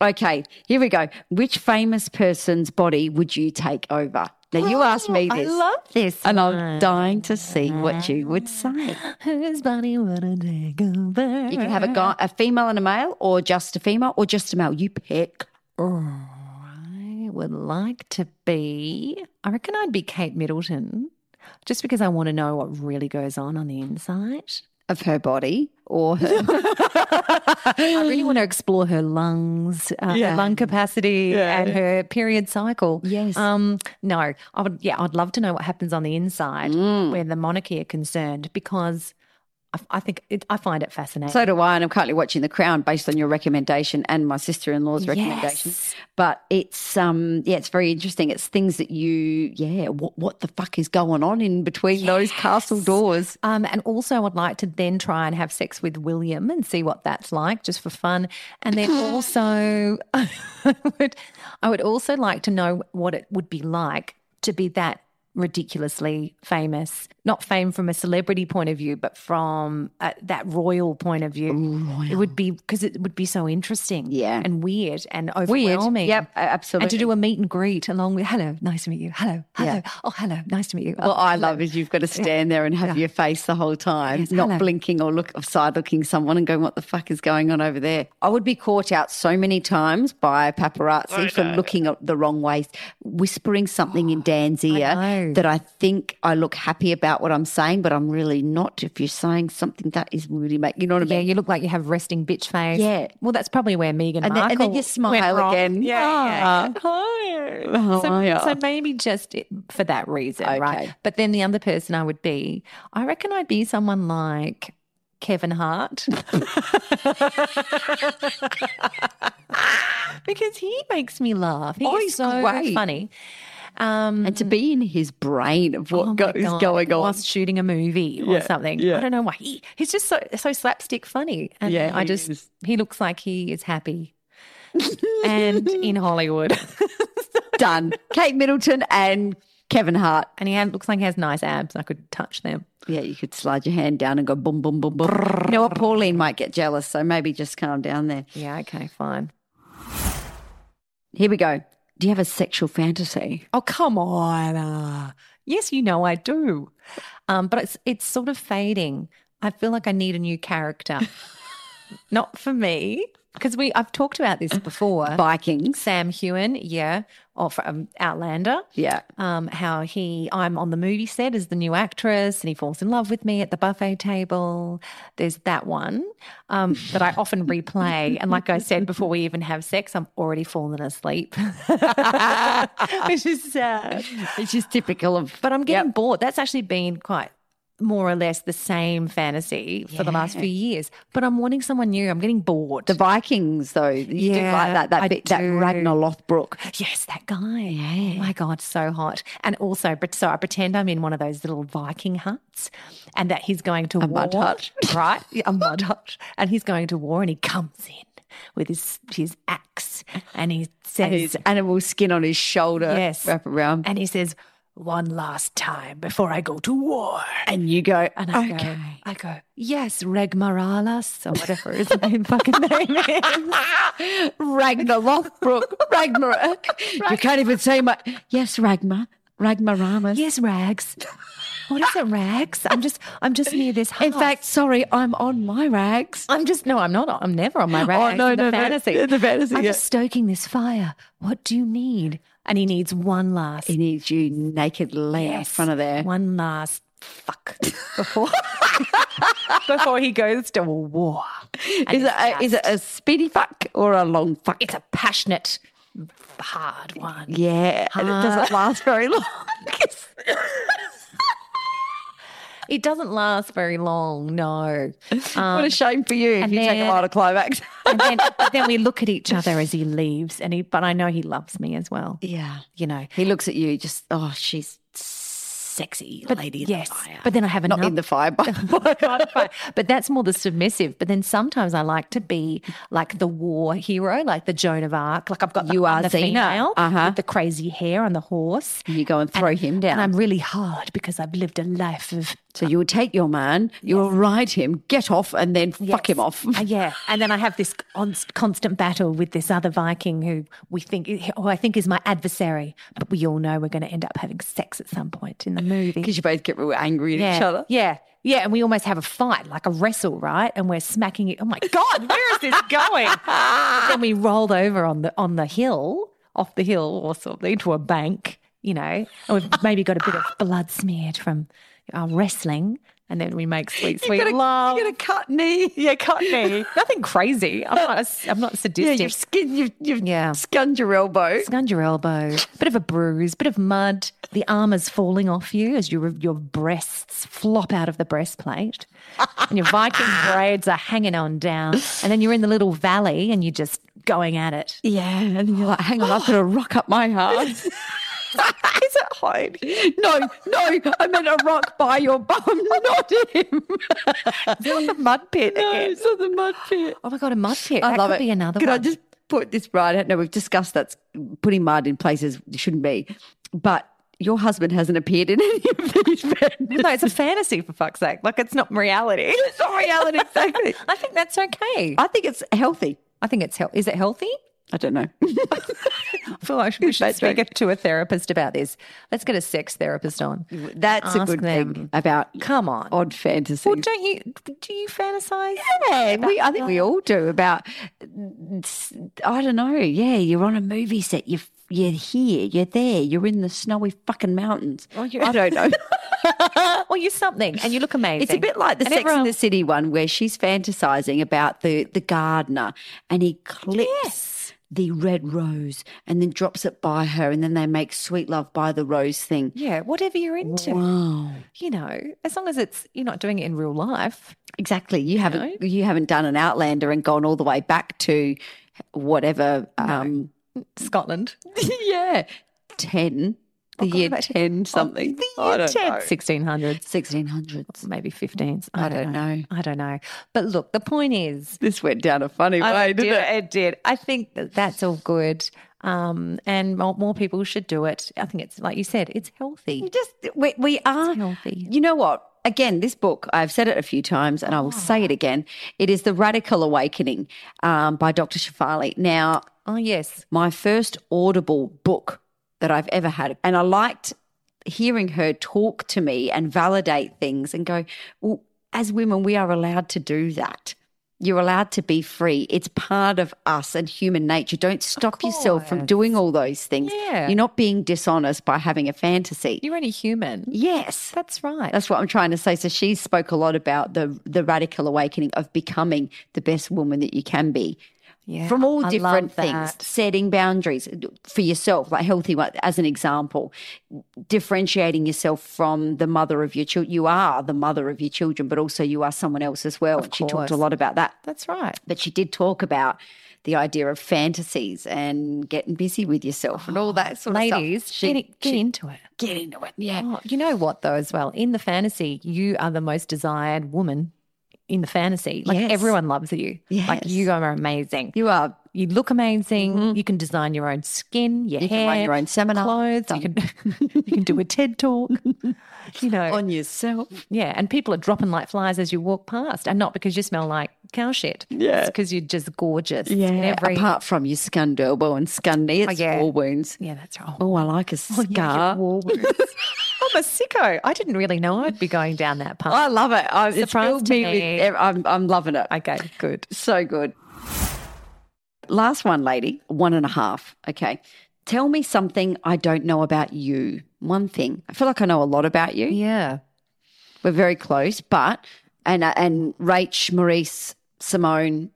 S3: Okay, here we go. Which famous person's body would you take over? Now, you asked me
S2: I
S3: this.
S2: love this
S3: And I'm
S2: one.
S3: dying to see what you would say.
S2: Whose body would I take over?
S3: You can have a guy, a female and a male, or just a female, or just a male. You pick.
S2: I would like to be. I reckon I'd be Kate Middleton, just because I want to know what really goes on on the inside.
S3: Of her body or her.
S2: I really want to explore her lungs, uh, her lung capacity, and her period cycle.
S3: Yes.
S2: Um. No, I would. Yeah, I'd love to know what happens on the inside where the monarchy are concerned, because I, I think it, I find it fascinating.
S3: so do I. And I'm currently watching The Crown based on your recommendation and my sister in law's recommendation.
S2: Yes.
S3: But it's um yeah, it's very interesting. It's things that you yeah, what what the fuck is going on in between those castle doors?
S2: Um, and also, I'd like to then try and have sex with William and see what that's like, just for fun. And then also, I would, I would also like to know what it would be like to be that ridiculously famous. Not fame from a celebrity point of view, but from uh, that royal point of view. It would be because it would be so interesting,
S3: Yeah.
S2: and weird and overwhelming.
S3: Yep, a-
S2: And to
S3: absolutely.
S2: do a meet and greet along with hello, nice to meet you. Hello, hello.
S3: Yeah.
S2: Oh, hello, nice to meet you.
S3: Well,
S2: Oh,
S3: I
S2: hello.
S3: love is you've got to stand there and have your face the whole time,
S2: Yes,
S3: not
S2: hello.
S3: blinking or look side looking someone and going, "What the fuck is going on over there?" I would be caught out so many times by paparazzi for looking at the wrong way, whispering something in Dan's ear that I think I look happy about what I'm saying, but I'm really not. If you're saying something that is really make you know what I mean?
S2: Yeah, you look like you have resting bitch face.
S3: Yeah.
S2: Well, that's probably where Megan
S3: And then- and
S2: Markle
S3: then you smile
S2: went wrong.
S3: again.
S2: Yeah.
S3: Ah. Oh,
S2: yeah. Hi.
S3: How
S2: so,
S3: are ya?
S2: so maybe just it- for that reason, right? But then the other person I would be, I reckon I'd be someone like Kevin Hart. because he makes me laugh. He
S3: Oh,
S2: is
S3: he's
S2: so
S3: great.
S2: funny. Um,
S3: and to be in his brain of what
S2: oh my
S3: go- is
S2: God,
S3: going on.
S2: whilst shooting a movie or
S3: Yeah,
S2: something.
S3: yeah.
S2: I don't know why he, he's just so so slapstick funny, and
S3: Yeah,
S2: I
S3: he
S2: just
S3: is.
S2: he looks like he is happy and in Hollywood,
S3: Done. Kate Middleton and Kevin Hart.
S2: and he had, looks like he has nice abs. I could touch them.
S3: Yeah, you could slide your hand down and go boom, boom, boom, boom. You know what? Pauline might get jealous, so maybe just calm down there.
S2: Yeah, okay, fine.
S3: Here we go. Do you have a sexual fantasy?
S2: Oh come on! ah. yes, you know I do, um, but it's it's sort of fading. I feel like I need a new character, not for me. Because we, I've talked about this before.
S3: Vikings.
S2: Sam Hewen, yeah, or from Outlander.
S3: Yeah.
S2: um, how he I'm on the movie set as the new actress, and he falls in love with me at the buffet table. There's that one um, that I often replay, and like I said before, we even have sex, I'm already fallen asleep, which is sad.
S3: It's just typical of.
S2: But I'm getting bored. That's actually been quite. More or less the same fantasy for the last few years, but I'm wanting someone new. I'm getting bored.
S3: The Vikings, though. You do
S2: Yeah,
S3: like that,
S2: I
S3: that, bit, that
S2: do.
S3: Ragnar Lothbrok.
S2: Yes, that guy. Oh my God, so hot. And also, but so I pretend I'm in one of those little Viking huts and that he's going to
S3: A
S2: war.
S3: mud hut.
S2: Right? Yeah, a mud hut. And he's going to war and he comes in with his his axe and he
S3: And his
S2: says
S3: animal skin on his shoulder.
S2: Yes.
S3: Wrap around.
S2: and he says, one last time before I go to war.
S3: And you go,
S2: And I go,
S3: okay.
S2: I go, yes, Regmaralas or whatever his name fucking name is.
S3: Ragnar Lothbrok. Ragnar. you can't even say my. Yes, Ragnar. Ragnar Ramas.
S2: Yes, Rags. What is it, Rags? I'm just, I'm just near this. Hut.
S3: In fact, sorry, I'm on my rags. Oh,
S2: I'm just no, I'm not. I'm never on my rags.
S3: no,
S2: in the
S3: no, no.
S2: fantasy.
S3: In the fantasy,
S2: I'm
S3: yeah.
S2: just stoking this fire. What do you need? And he needs one last.
S3: He needs you naked lay out in front of there.
S2: One last fuck before before he goes to war. And
S3: Is it,
S2: it's
S3: a, is it a
S2: just-
S3: speedy fuck or a long fuck?
S2: It's a passionate, hard one.
S3: yeah, and it
S2: Hard.
S3: doesn't last very long.
S2: It doesn't last very long. No. Um,
S3: what a shame for you if
S2: and
S3: you take a
S2: then-
S3: lot of climax.
S2: and then, but then we look at each other as he leaves, and he. But I know he loves me as well.
S3: yeah,
S2: You know.
S3: he looks at you just oh, she's sexy
S2: But
S3: lady. in the
S2: yes,
S3: fire.
S2: but then I have
S3: not
S2: another.
S3: in the fire, but
S2: Not fun. but that's more the submissive. But then sometimes I like to be like the war hero, like the Joan of Arc. Like I've got the,
S3: You are
S2: Uh, the
S3: Xena.
S2: female
S3: Uh-huh.
S2: with the crazy hair on the horse.
S3: you go and throw him down.
S2: And I'm really hard because I've lived a life of
S3: so you would take your man, you will ride him, get off, and then fuck him off.
S2: Uh, yeah, and then I have this on, constant battle with this other Viking who we think, who I think is my adversary, but we all know we're going to end up having sex at some point in the movie.
S3: Because you both get real angry at
S2: yeah,
S3: each other.
S2: Yeah. Yeah. And we almost have a fight, like a wrestle, right? And we're smacking it. Oh my God, where is this going? And then we rolled over on the on the hill, off the hill or something to a bank, you know. And we've maybe got a bit of blood smeared from our wrestling. And then we make sweet, sweet
S3: got a- you
S2: love.
S3: got a cut knee.
S2: Yeah, cut knee. Nothing crazy. I'm not, a s- I'm not
S3: Yeah,
S2: sadistic.
S3: you've skinned, you've, you've
S2: Yeah.
S3: skinned your elbow.
S2: Scunned your elbow, bit of a bruise, bit of mud. The armor's falling off you as your your breasts flop out of the breastplate, and your Viking braids are hanging on down. And then you're in the little valley, and you're just going at it.
S3: Yeah, and then you're like, hang on, I've got to rock up my heart. Is it hard? No, no, I meant a rock by your bum, not him.
S2: The mud pit.
S3: no,
S2: again.
S3: it's not the mud pit.
S2: Oh my god, a mud pit.
S3: I
S2: that
S3: love
S2: could
S3: it.
S2: Be another
S3: Could I
S2: one.
S3: just put this right out? No, we've discussed that's putting mud in places it shouldn't be, but your husband hasn't appeared in any of these fantasies.
S2: No, it's a fantasy for fuck's sake. Like it's not reality.
S3: It's not reality, exactly.
S2: I think that's okay.
S3: I think it's healthy.
S2: I think it's healthy. Is it healthy?
S3: I don't know.
S2: I feel like we should speak to a therapist about this. Let's get a sex therapist on.
S3: That's a
S2: Ask
S3: good
S2: them.
S3: thing about
S2: Come on.
S3: odd fantasies.
S2: Well, don't you do you fantasize?
S3: Yeah,
S2: about
S3: we, I think we all do about, I don't know. Yeah, you're on a movie set. You're, you're here, you're there, you're in the snowy fucking mountains. I don't know.
S2: well, you're something, and you look amazing.
S3: It's a bit like the
S2: And
S3: Sex in
S2: everyone-
S3: the City one where she's fantasizing about the, the gardener and he clips the red rose and then drops it by her and then they make sweet love by the rose thing.
S2: Yeah, whatever you're into.
S3: Wow.
S2: You know, as long as it's you're not doing it in real life.
S3: Exactly. You haven't you haven't done an Outlander and gone all the way back to whatever um
S2: Scotland.
S3: yeah, 10 the year
S2: Oh,
S3: 10 something. I don't know.
S2: 1600s.
S3: 1600s.
S2: Maybe 15s.
S3: I don't know.
S2: I don't know. But look, the point is,
S3: This went down a funny
S2: I
S3: way,
S2: did,
S3: didn't it?
S2: it did. I think that that's all good. Um, and more, more people should do it. I think it's like you said, it's healthy.
S3: You just we, we are
S2: healthy.
S3: You know what? Again, this book, I've said it a few times and I will say it again. It is The Radical Awakening um, by Dr. Shafali. Now,
S2: Oh yes,
S3: my first audible book that I've ever had. And I liked hearing her talk to me and validate things and go, well, as women, we are allowed to do that. You're allowed to be free. It's part of us and human nature. Don't stop yourself from
S2: course.
S3: doing all those things.
S2: Yeah.
S3: You're not being dishonest by having a fantasy.
S2: you're only human.
S3: yes.
S2: That's right.
S3: That's what I'm trying to say. So she spoke a lot about the the radical awakening of becoming the best woman that you can be.
S2: Yeah,
S3: From all
S2: I love
S3: different things,
S2: that.
S3: setting boundaries for yourself, like healthy one, as an example, differentiating yourself from the mother of your children. You are the mother of your children, but also you are someone else as well. and she talked a
S2: course.
S3: lot about that.
S2: That's right.
S3: But she did talk about the idea of fantasies and getting busy with yourself and all that sort of stuff.
S2: Ladies,
S3: She-
S2: get, it, get
S3: she-
S2: into it.
S3: get into it. Yeah.
S2: Oh, you know what though, as well, in the fantasy, you are the most desired woman in the fantasy. Like
S3: Yes.
S2: everyone loves you. Like
S3: Yes.
S2: you are amazing. Mm-hmm.
S3: You are
S2: You look amazing. You can design your own skin, your
S3: You
S2: hair,
S3: can run your own seminar.
S2: clothes. You can, you can do a TED talk. You know,
S3: on yourself.
S2: yeah. And people are dropping like flies as you walk past, and not because you smell like cow shit.
S3: Yeah.
S2: it's because you're just gorgeous. in every-
S3: Apart from your scund elbow and scund knee, it's
S2: Oh, yeah.
S3: war wounds.
S2: yeah, that's right.
S3: Oh, I like a
S2: Oh, yeah, your
S3: scar.
S2: war wounds. I'm a sicko. I didn't really know I'd be going down that path.
S3: I love it. I, it's
S2: Surprise
S3: filled
S2: to
S3: me
S2: me.
S3: with, ev- I'm, I'm loving it.
S2: Okay, good.
S3: So good. Last one, lady. One and a half. Okay. Tell me something I don't know about you. One thing. I feel like I know a lot about you.
S2: Yeah.
S3: We're very close, but and and Rach, Maurice, Simone,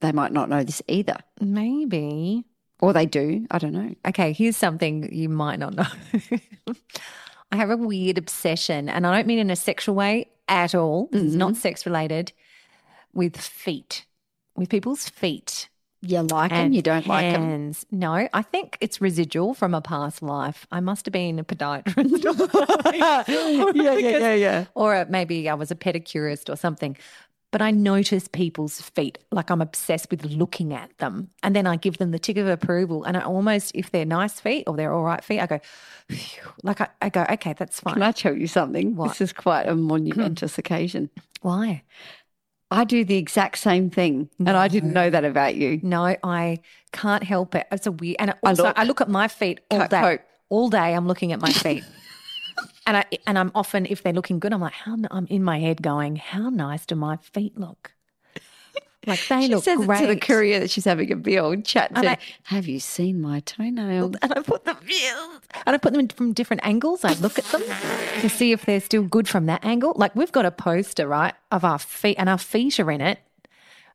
S3: they might not know this either,
S2: Maybe.
S3: or they do. I don't know.
S2: Okay, here's something you might not know. I have a weird obsession, and I don't mean in a sexual way at all. This is not sex related with feet, with people's feet.
S3: You like them,
S2: and
S3: you don't like them.
S2: hands. No, I think it's residual from a past life. I must have been a podiatrist. yeah,
S3: yeah, yeah.
S2: Or uh, maybe I was a pedicurist or something. But I notice people's feet, like I'm obsessed with looking at them. And then I give them the tick of approval. And I almost, if they're nice feet or they're all right feet, I go, phew, like I, I go, okay, that's fine.
S3: Can I tell you something?
S2: What? Mm-hmm.
S3: This is quite a monumentous occasion.
S2: Why?
S3: I do the exact same thing, and I didn't know that about you.
S2: No, I can't help it. It's a weird, and also I
S3: look.
S2: look, at my feet all
S3: Can't
S2: day.
S3: cope.
S2: All day, I'm looking at my feet, and I and I'm often if they're looking good, I'm like, how n- I'm in my head going, how nice do my feet look? Like they
S3: She
S2: look
S3: says
S2: great.
S3: it to the courier that she's having a beer and chat
S2: And
S3: to.
S2: I-
S3: Have you seen my toenail?
S2: and I put them, and I put them in from different angles. I look at them to see if they're still good from that angle. Like we've got a poster right of our feet, and our feet are in it,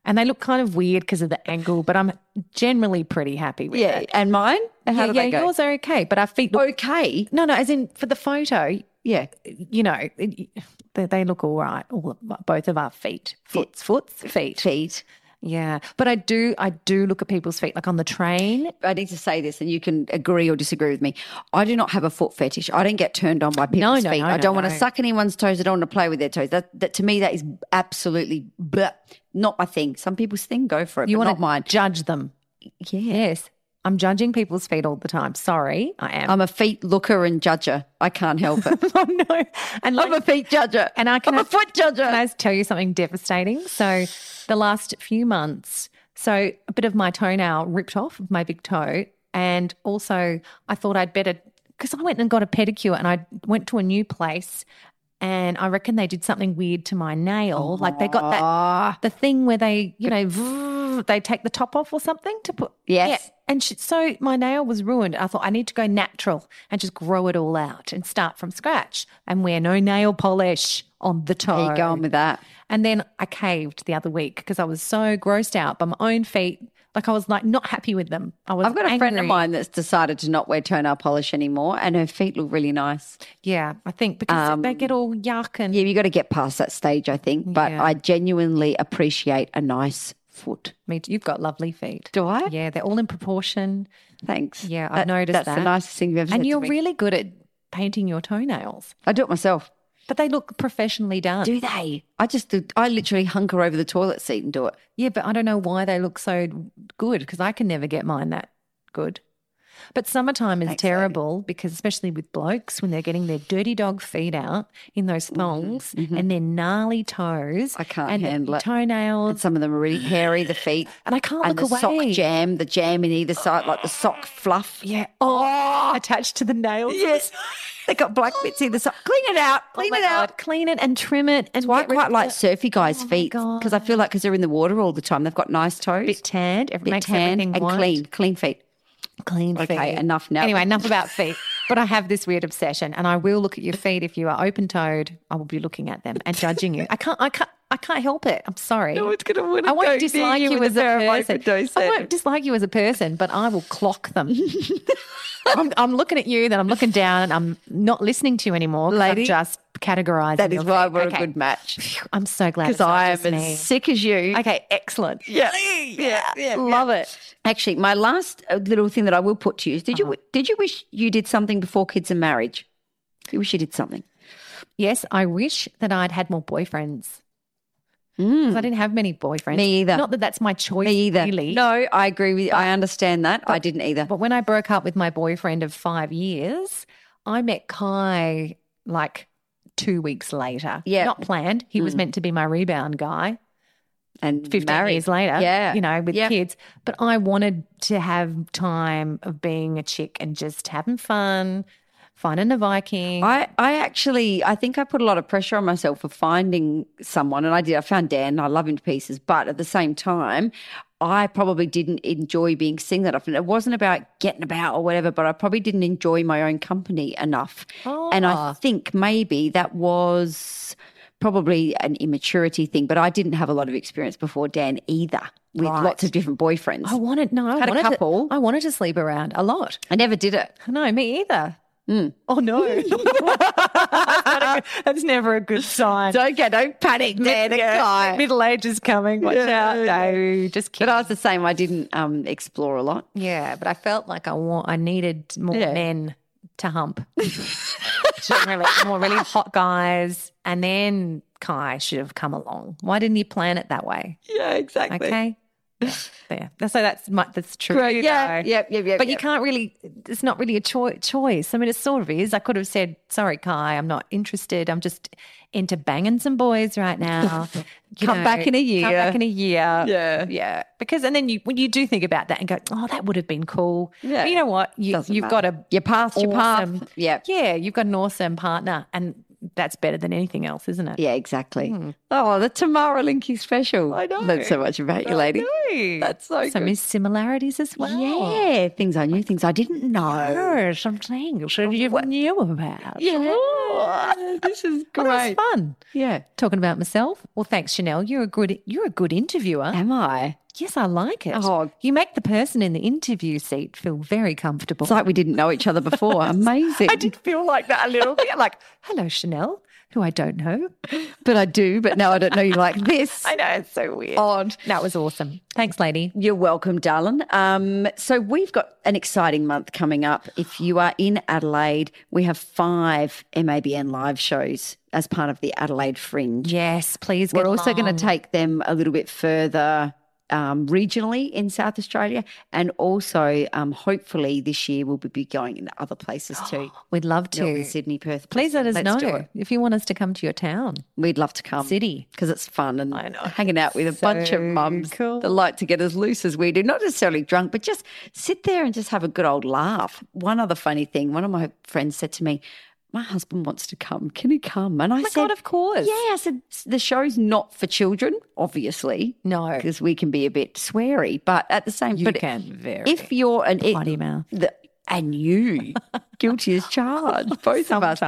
S2: and they look kind of weird because of the angle. But I'm generally pretty happy with
S3: Yeah,
S2: it.
S3: and mine. And how
S2: yeah,
S3: did
S2: yeah,
S3: that go?
S2: yours are okay, but our feet look
S3: okay.
S2: no, no, as in for the photo,
S3: Yeah,
S2: you know, it, they, they look all right, all both of our feet, foots, foots, feet,
S3: feet.
S2: Yeah, but I do, I do look at people's feet, like on the train.
S3: I need to say this, and you can agree or disagree with me. I do not have a foot fetish. I don't get turned on by people's
S2: no,
S3: feet.
S2: no,
S3: I
S2: no,
S3: don't want
S2: no.
S3: to suck anyone's toes. I don't want to play with their toes. That, that to me, that is absolutely bleh, not my thing. Some people's thing. Go for it.
S2: You
S3: but
S2: want
S3: not
S2: to
S3: mine.
S2: judge them? Yes,
S10: I'm judging people's feet all the time. Sorry, I am.
S3: I'm a feet looker and judger. I can't help it.
S10: oh, no. And
S3: I'm a feet judger.
S10: And I can
S3: I'm a foot judger.
S10: Can I tell you something devastating? So, the last few months, so a bit of my toenail ripped off of my big toe, and also I thought I'd better because I went and got a pedicure, and I went to a new place, and I reckon they did something weird to my nail. Like they got that the thing where they, you know, vroom, they take the top off or something to put.
S3: Yes.
S10: And she, so my nail was ruined. I thought I need to go natural and just grow it all out and start from scratch and wear no nail polish on the toe.
S3: There you go on with that.
S10: And then I caved the other week because I was so grossed out by my own feet. Like I was like not happy with them. I was.
S3: I've got a friend of
S10: angry.
S3: mine that's decided to not wear toenail polish anymore, and her feet look really nice. Um,
S10: Yeah, I think because they get all yuck and
S3: Yeah, you got to get past that stage, I think. But
S10: Yeah.
S3: I genuinely appreciate a nice foot.
S10: me. too. You've got lovely feet.
S3: Do I?
S10: Yeah, they're all in proportion.
S3: Thanks.
S10: Yeah, I've noticed
S3: that's
S10: that.
S3: the nicest thing you've ever said
S10: And
S3: to
S10: you're
S3: me.
S10: really good at painting your toenails,
S3: I do it myself.
S10: but they look professionally done.
S3: Do they? I just, do- I literally hunker over the toilet seat and do it.
S10: Yeah, but I don't know why they look so good because I can never get mine that good. But summertime is terrible because, especially with blokes, when they're getting their dirty dog feet out in those thongs and their gnarly toes.
S3: I can't
S10: and
S3: handle it.
S10: Toenails.
S3: And some of them are really hairy, the feet.
S10: and I can't
S3: and
S10: look
S3: the
S10: away.
S3: sock jam, the jam in either side, like the sock fluff.
S10: Yeah. Oh, attached to the nails.
S3: Yes. they got black bits either side. Clean it out.
S10: Oh
S3: Clean
S10: my
S3: it out.
S10: God, Clean it and trim it. And
S3: So I
S10: get rid
S3: quite
S10: of
S3: like
S10: the-
S3: surfy guys'
S10: Oh my
S3: feet because I feel like because they're in the water all the time, they've got nice toes,
S10: bit tanned. It
S3: bit
S10: makes
S3: tanned
S10: everything
S3: and
S10: white.
S3: clean, clean feet.
S10: Clean feet.
S3: Okay, enough now.
S10: Anyway, enough about feet. But I have this weird obsession, and I will look at your feet if you are open-toed. I will be looking at them and judging you. I can't. I can't. I can't help it. I'm sorry.
S3: No one's gonna wanna
S10: I
S3: go near
S10: won't dislike
S3: you
S10: you as
S3: with a
S10: a
S3: pair of
S10: person.
S3: open-toed
S10: I
S3: sandals.
S10: won't dislike you as a person, but I will clock them. I'm, I'm looking at you, then I'm looking down, and I'm not listening to you anymore. 'cause
S3: Lady,
S10: I'm just categorizing.
S3: That is
S10: your
S3: why
S10: feet.
S3: we're
S10: Okay.
S3: a good match
S10: Phew, I'm so glad
S3: because
S10: it's
S3: I
S10: not
S3: am
S10: just me.
S3: as sick as you.
S10: Okay, excellent.
S3: Yeah, yeah, yeah, love it. Actually, my last uh, little thing that I will put to you is: Did you
S10: Uh-huh.
S3: w did you wish you did something before kids and marriage? You wish you did something.
S10: Yes, I wish that I'd had more boyfriends. 'Cause I didn't have many boyfriends.
S3: Hmm. Me either.
S10: Not that that's my choice.
S3: Me either.
S10: Mm. Really.
S3: No, I agree with. you. I understand that. I didn't either.
S10: But when I broke up with my boyfriend of five years, I met Kai like two weeks later.
S3: Yeah.
S10: Not planned. He was meant to be my rebound guy
S3: And
S10: 15
S3: married.
S10: years later.
S3: Yeah,
S10: You know, with
S3: Yeah.
S10: kids. But I wanted to have time of being a chick and just having fun, finding a Viking.
S3: I, I actually, I think I put a lot of pressure on myself for finding someone, and I did. I found Dan. I love him to pieces, but at the same time, I probably didn't enjoy being seen that often. It wasn't about getting about or whatever, but I probably didn't enjoy my own company enough.
S10: Oh.
S3: And
S10: Ah.
S3: I think maybe that was probably an immaturity thing. But I didn't have a lot of experience before Dan either, with lots of different boyfriends.
S10: I wanted no, I
S3: Had a
S10: wanted
S3: couple.
S10: To, I wanted to sleep around a lot.
S3: I never did it. Mm.
S10: No, me either. Oh no, that's, not a good- that's never a good sign.
S3: Don't go, don't panic, Dan and Kai.
S10: Middle age is coming. Watch out! No, just kidding.
S3: But I was the same. I didn't um, explore a lot.
S10: yeah, but I felt like I want, I needed more
S3: Yeah.
S10: men to hump. Generally, more really hot guys, and then Kai should have come along. Why didn't you plan it that way?
S3: Yeah, exactly.
S10: Okay, yeah, there. That's- So that's my, that's true.
S3: Great. Yeah,
S10: though.
S3: yep, yep, yep.
S10: But
S3: yep.
S10: you can't really, it's not really a choi- choice. I mean, it sort of is. I could have said, sorry, Kai, I'm not interested. I'm just into banging some boys right now. You
S3: Come back in a year.
S10: Come back in a year.
S3: Yeah.
S10: Yeah. Because, and then you, when you do think about that and go, oh, that would have been cool.
S3: Yeah.
S10: But you know what? You,
S3: Doesn't
S10: you've got
S3: matter.
S10: a,
S3: Your path's your path.
S10: Yeah.
S3: Yep.
S10: Yeah. You've got an awesome partner and that's better than anything else, isn't it? Hmm.
S3: Yeah, exactly. Oh, the Tamara Linky special. I know. Learned so much about you, lady. That's so
S10: Some
S3: good.
S10: similarities as well.
S3: Yeah, things I knew, things I didn't know.
S10: Sure, some things that you knew about.
S3: Yeah, this is
S10: Oh, that was
S3: great.
S10: fun.
S3: Yeah,
S10: Talking about myself. Well, thanks, Chanel. You're a good you're a good interviewer.
S3: am I?
S10: yes, I like it.
S3: Oh.
S10: You make the person in the interview seat feel very comfortable.
S3: It's like we didn't know each other before. Amazing.
S10: I did feel like that a little bit. Like, hello, Chanel, who I don't know.
S3: but I do. But now I don't know you like this.
S10: I know it's so weird.
S3: Odd.
S10: That was awesome. Thanks, lady.
S3: You're welcome, darling. Um, so we've got an exciting month coming up. If you are in Adelaide, we have five MABN live shows as part of the Adelaide Fringe.
S10: Yes, please.
S3: We're
S10: get
S3: also going
S10: along.
S3: to take them a little bit further um, regionally in South Australia, and also um, hopefully this year we'll be going in other places too.
S2: We'd love to.
S3: Melbourne, Sydney, Perth.
S2: Please let us
S3: Let's do
S2: know
S3: it.
S2: if you want us to come to your town.
S3: We'd love to come
S2: City.
S3: because it's fun and hanging out with a bunch of
S2: So
S3: mums that like to get as loose as we do, not necessarily drunk, but just sit there and just have a good old laugh. One other funny thing: one of my friends said to me. My husband wants to come. Can he come? And I
S2: Oh my
S3: said,
S2: God, of course.
S3: Yeah, I said the show's not for children, obviously.
S2: No.
S3: because we can be a bit sweary, but at the same,
S2: You
S3: but
S2: can very.
S3: if you're an
S2: Bloody mouth.
S3: the, and you guilty as charged, both of us.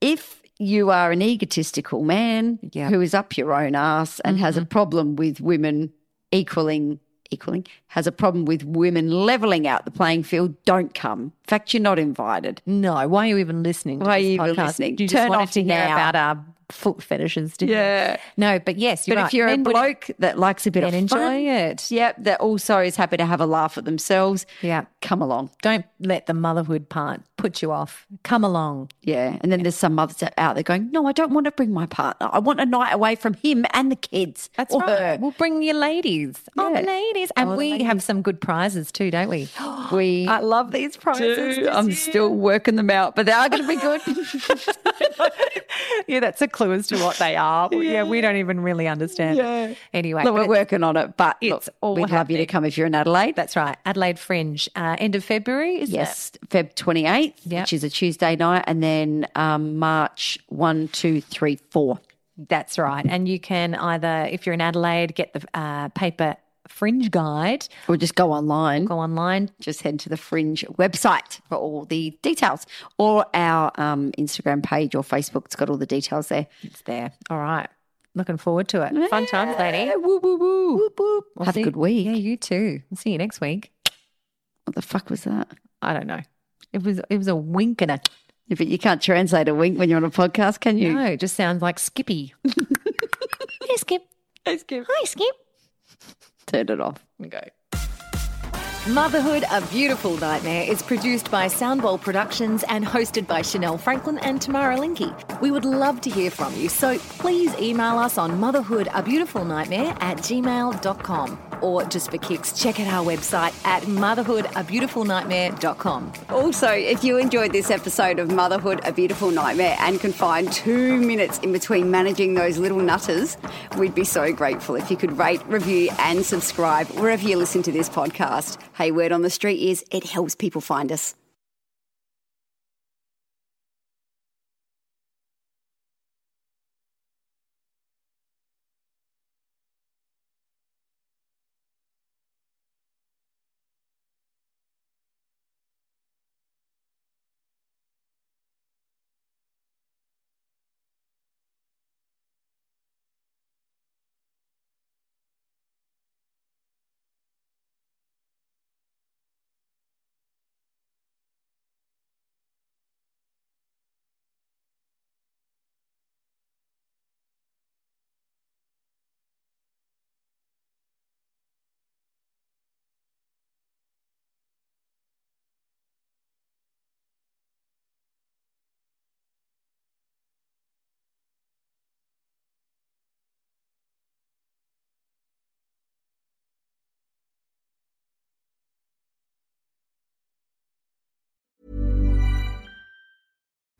S3: If you are an egotistical man who is up your own ass and has
S2: Mm-hmm.
S3: a problem with women equaling equaling has a problem with women leveling out the playing field, don't come. In fact, you're not invited.
S2: No, why are you even listening? To
S3: Why are
S2: this
S3: you even
S2: podcast?
S3: listening?
S2: You just
S3: Turn
S2: wanted
S3: off
S2: to hear
S3: now.
S2: about our foot fetishes, didn't
S3: Yeah.
S2: you? No, but yes, you're
S3: but
S2: right.
S3: if you're
S2: Men
S3: a
S2: would-
S3: bloke that likes a bit
S2: Then
S3: of
S2: enjoy
S3: fun,
S2: it.
S3: yep, that also is happy to have a laugh at themselves,
S2: yeah,
S3: come along.
S2: don't let the motherhood part put you off. Come along.
S3: Yeah. And then there's some mothers that- out there going, No, I don't want to bring my partner. I want a night away from him and the kids.
S2: That's
S3: or
S2: right.
S3: her."
S2: We'll bring your ladies. Oh, the
S3: Yeah.
S2: ladies. And we have some good prizes too, don't we?
S3: We
S2: I love these prizes.
S3: do.
S2: this
S3: I'm
S2: year.
S3: still working them out, but they are going to be good.
S2: Yeah, that's a clue as to what they are. yeah. we don't even really understand. Yeah. Anyway,
S3: Look,
S2: but
S3: we're
S2: it's-
S3: working on it, but look,
S2: it's all
S3: we'd love you to come if you're in Adelaide.
S2: That's right. Adelaide Fringe, uh, end of February, is
S3: Yes, Feb 28th,
S2: Yep.
S3: which is a Tuesday night, and then um, March 1, 2, 3, 4.
S2: That's right. And you can either, if you're in Adelaide, get the uh, paper fringe guide,
S3: Or just go online.
S2: go online.
S3: Just head to the Fringe website for all the details or our um, Instagram page or Facebook. It's got all the details there.
S2: It's there. All right. Looking forward to it. Fun times, lady.
S3: Woo, woo, woo.
S2: We'll
S3: Have a
S2: see-
S3: good week.
S2: Yeah, you too. We'll see you next week.
S3: What the fuck was that?
S2: I don't know. It was it was a wink and a
S3: Yeah, But you can't translate a wink when you're on a podcast, can you?
S2: no. It just sounds like Skippy. hey Skip. Hey Skip. Hi Skip.
S3: Turn it off.
S2: Okay.
S12: Motherhood, a Beautiful Nightmare is produced by Soundbowl Productions and hosted by Chanel Franklin and Tamara Linky. We would love to hear from you, so please email us on motherhoodabeautifulnightmare at gmail.com. Or just for kicks, check out our website at motherhoodabeautifulnightmare.com.
S3: Also, if you enjoyed this episode of Motherhood a Beautiful Nightmare and can find two minutes in between managing those little nutters, we'd be so grateful if you could rate, review, and subscribe wherever you listen to this podcast. Hey, word on the street is it helps people find us.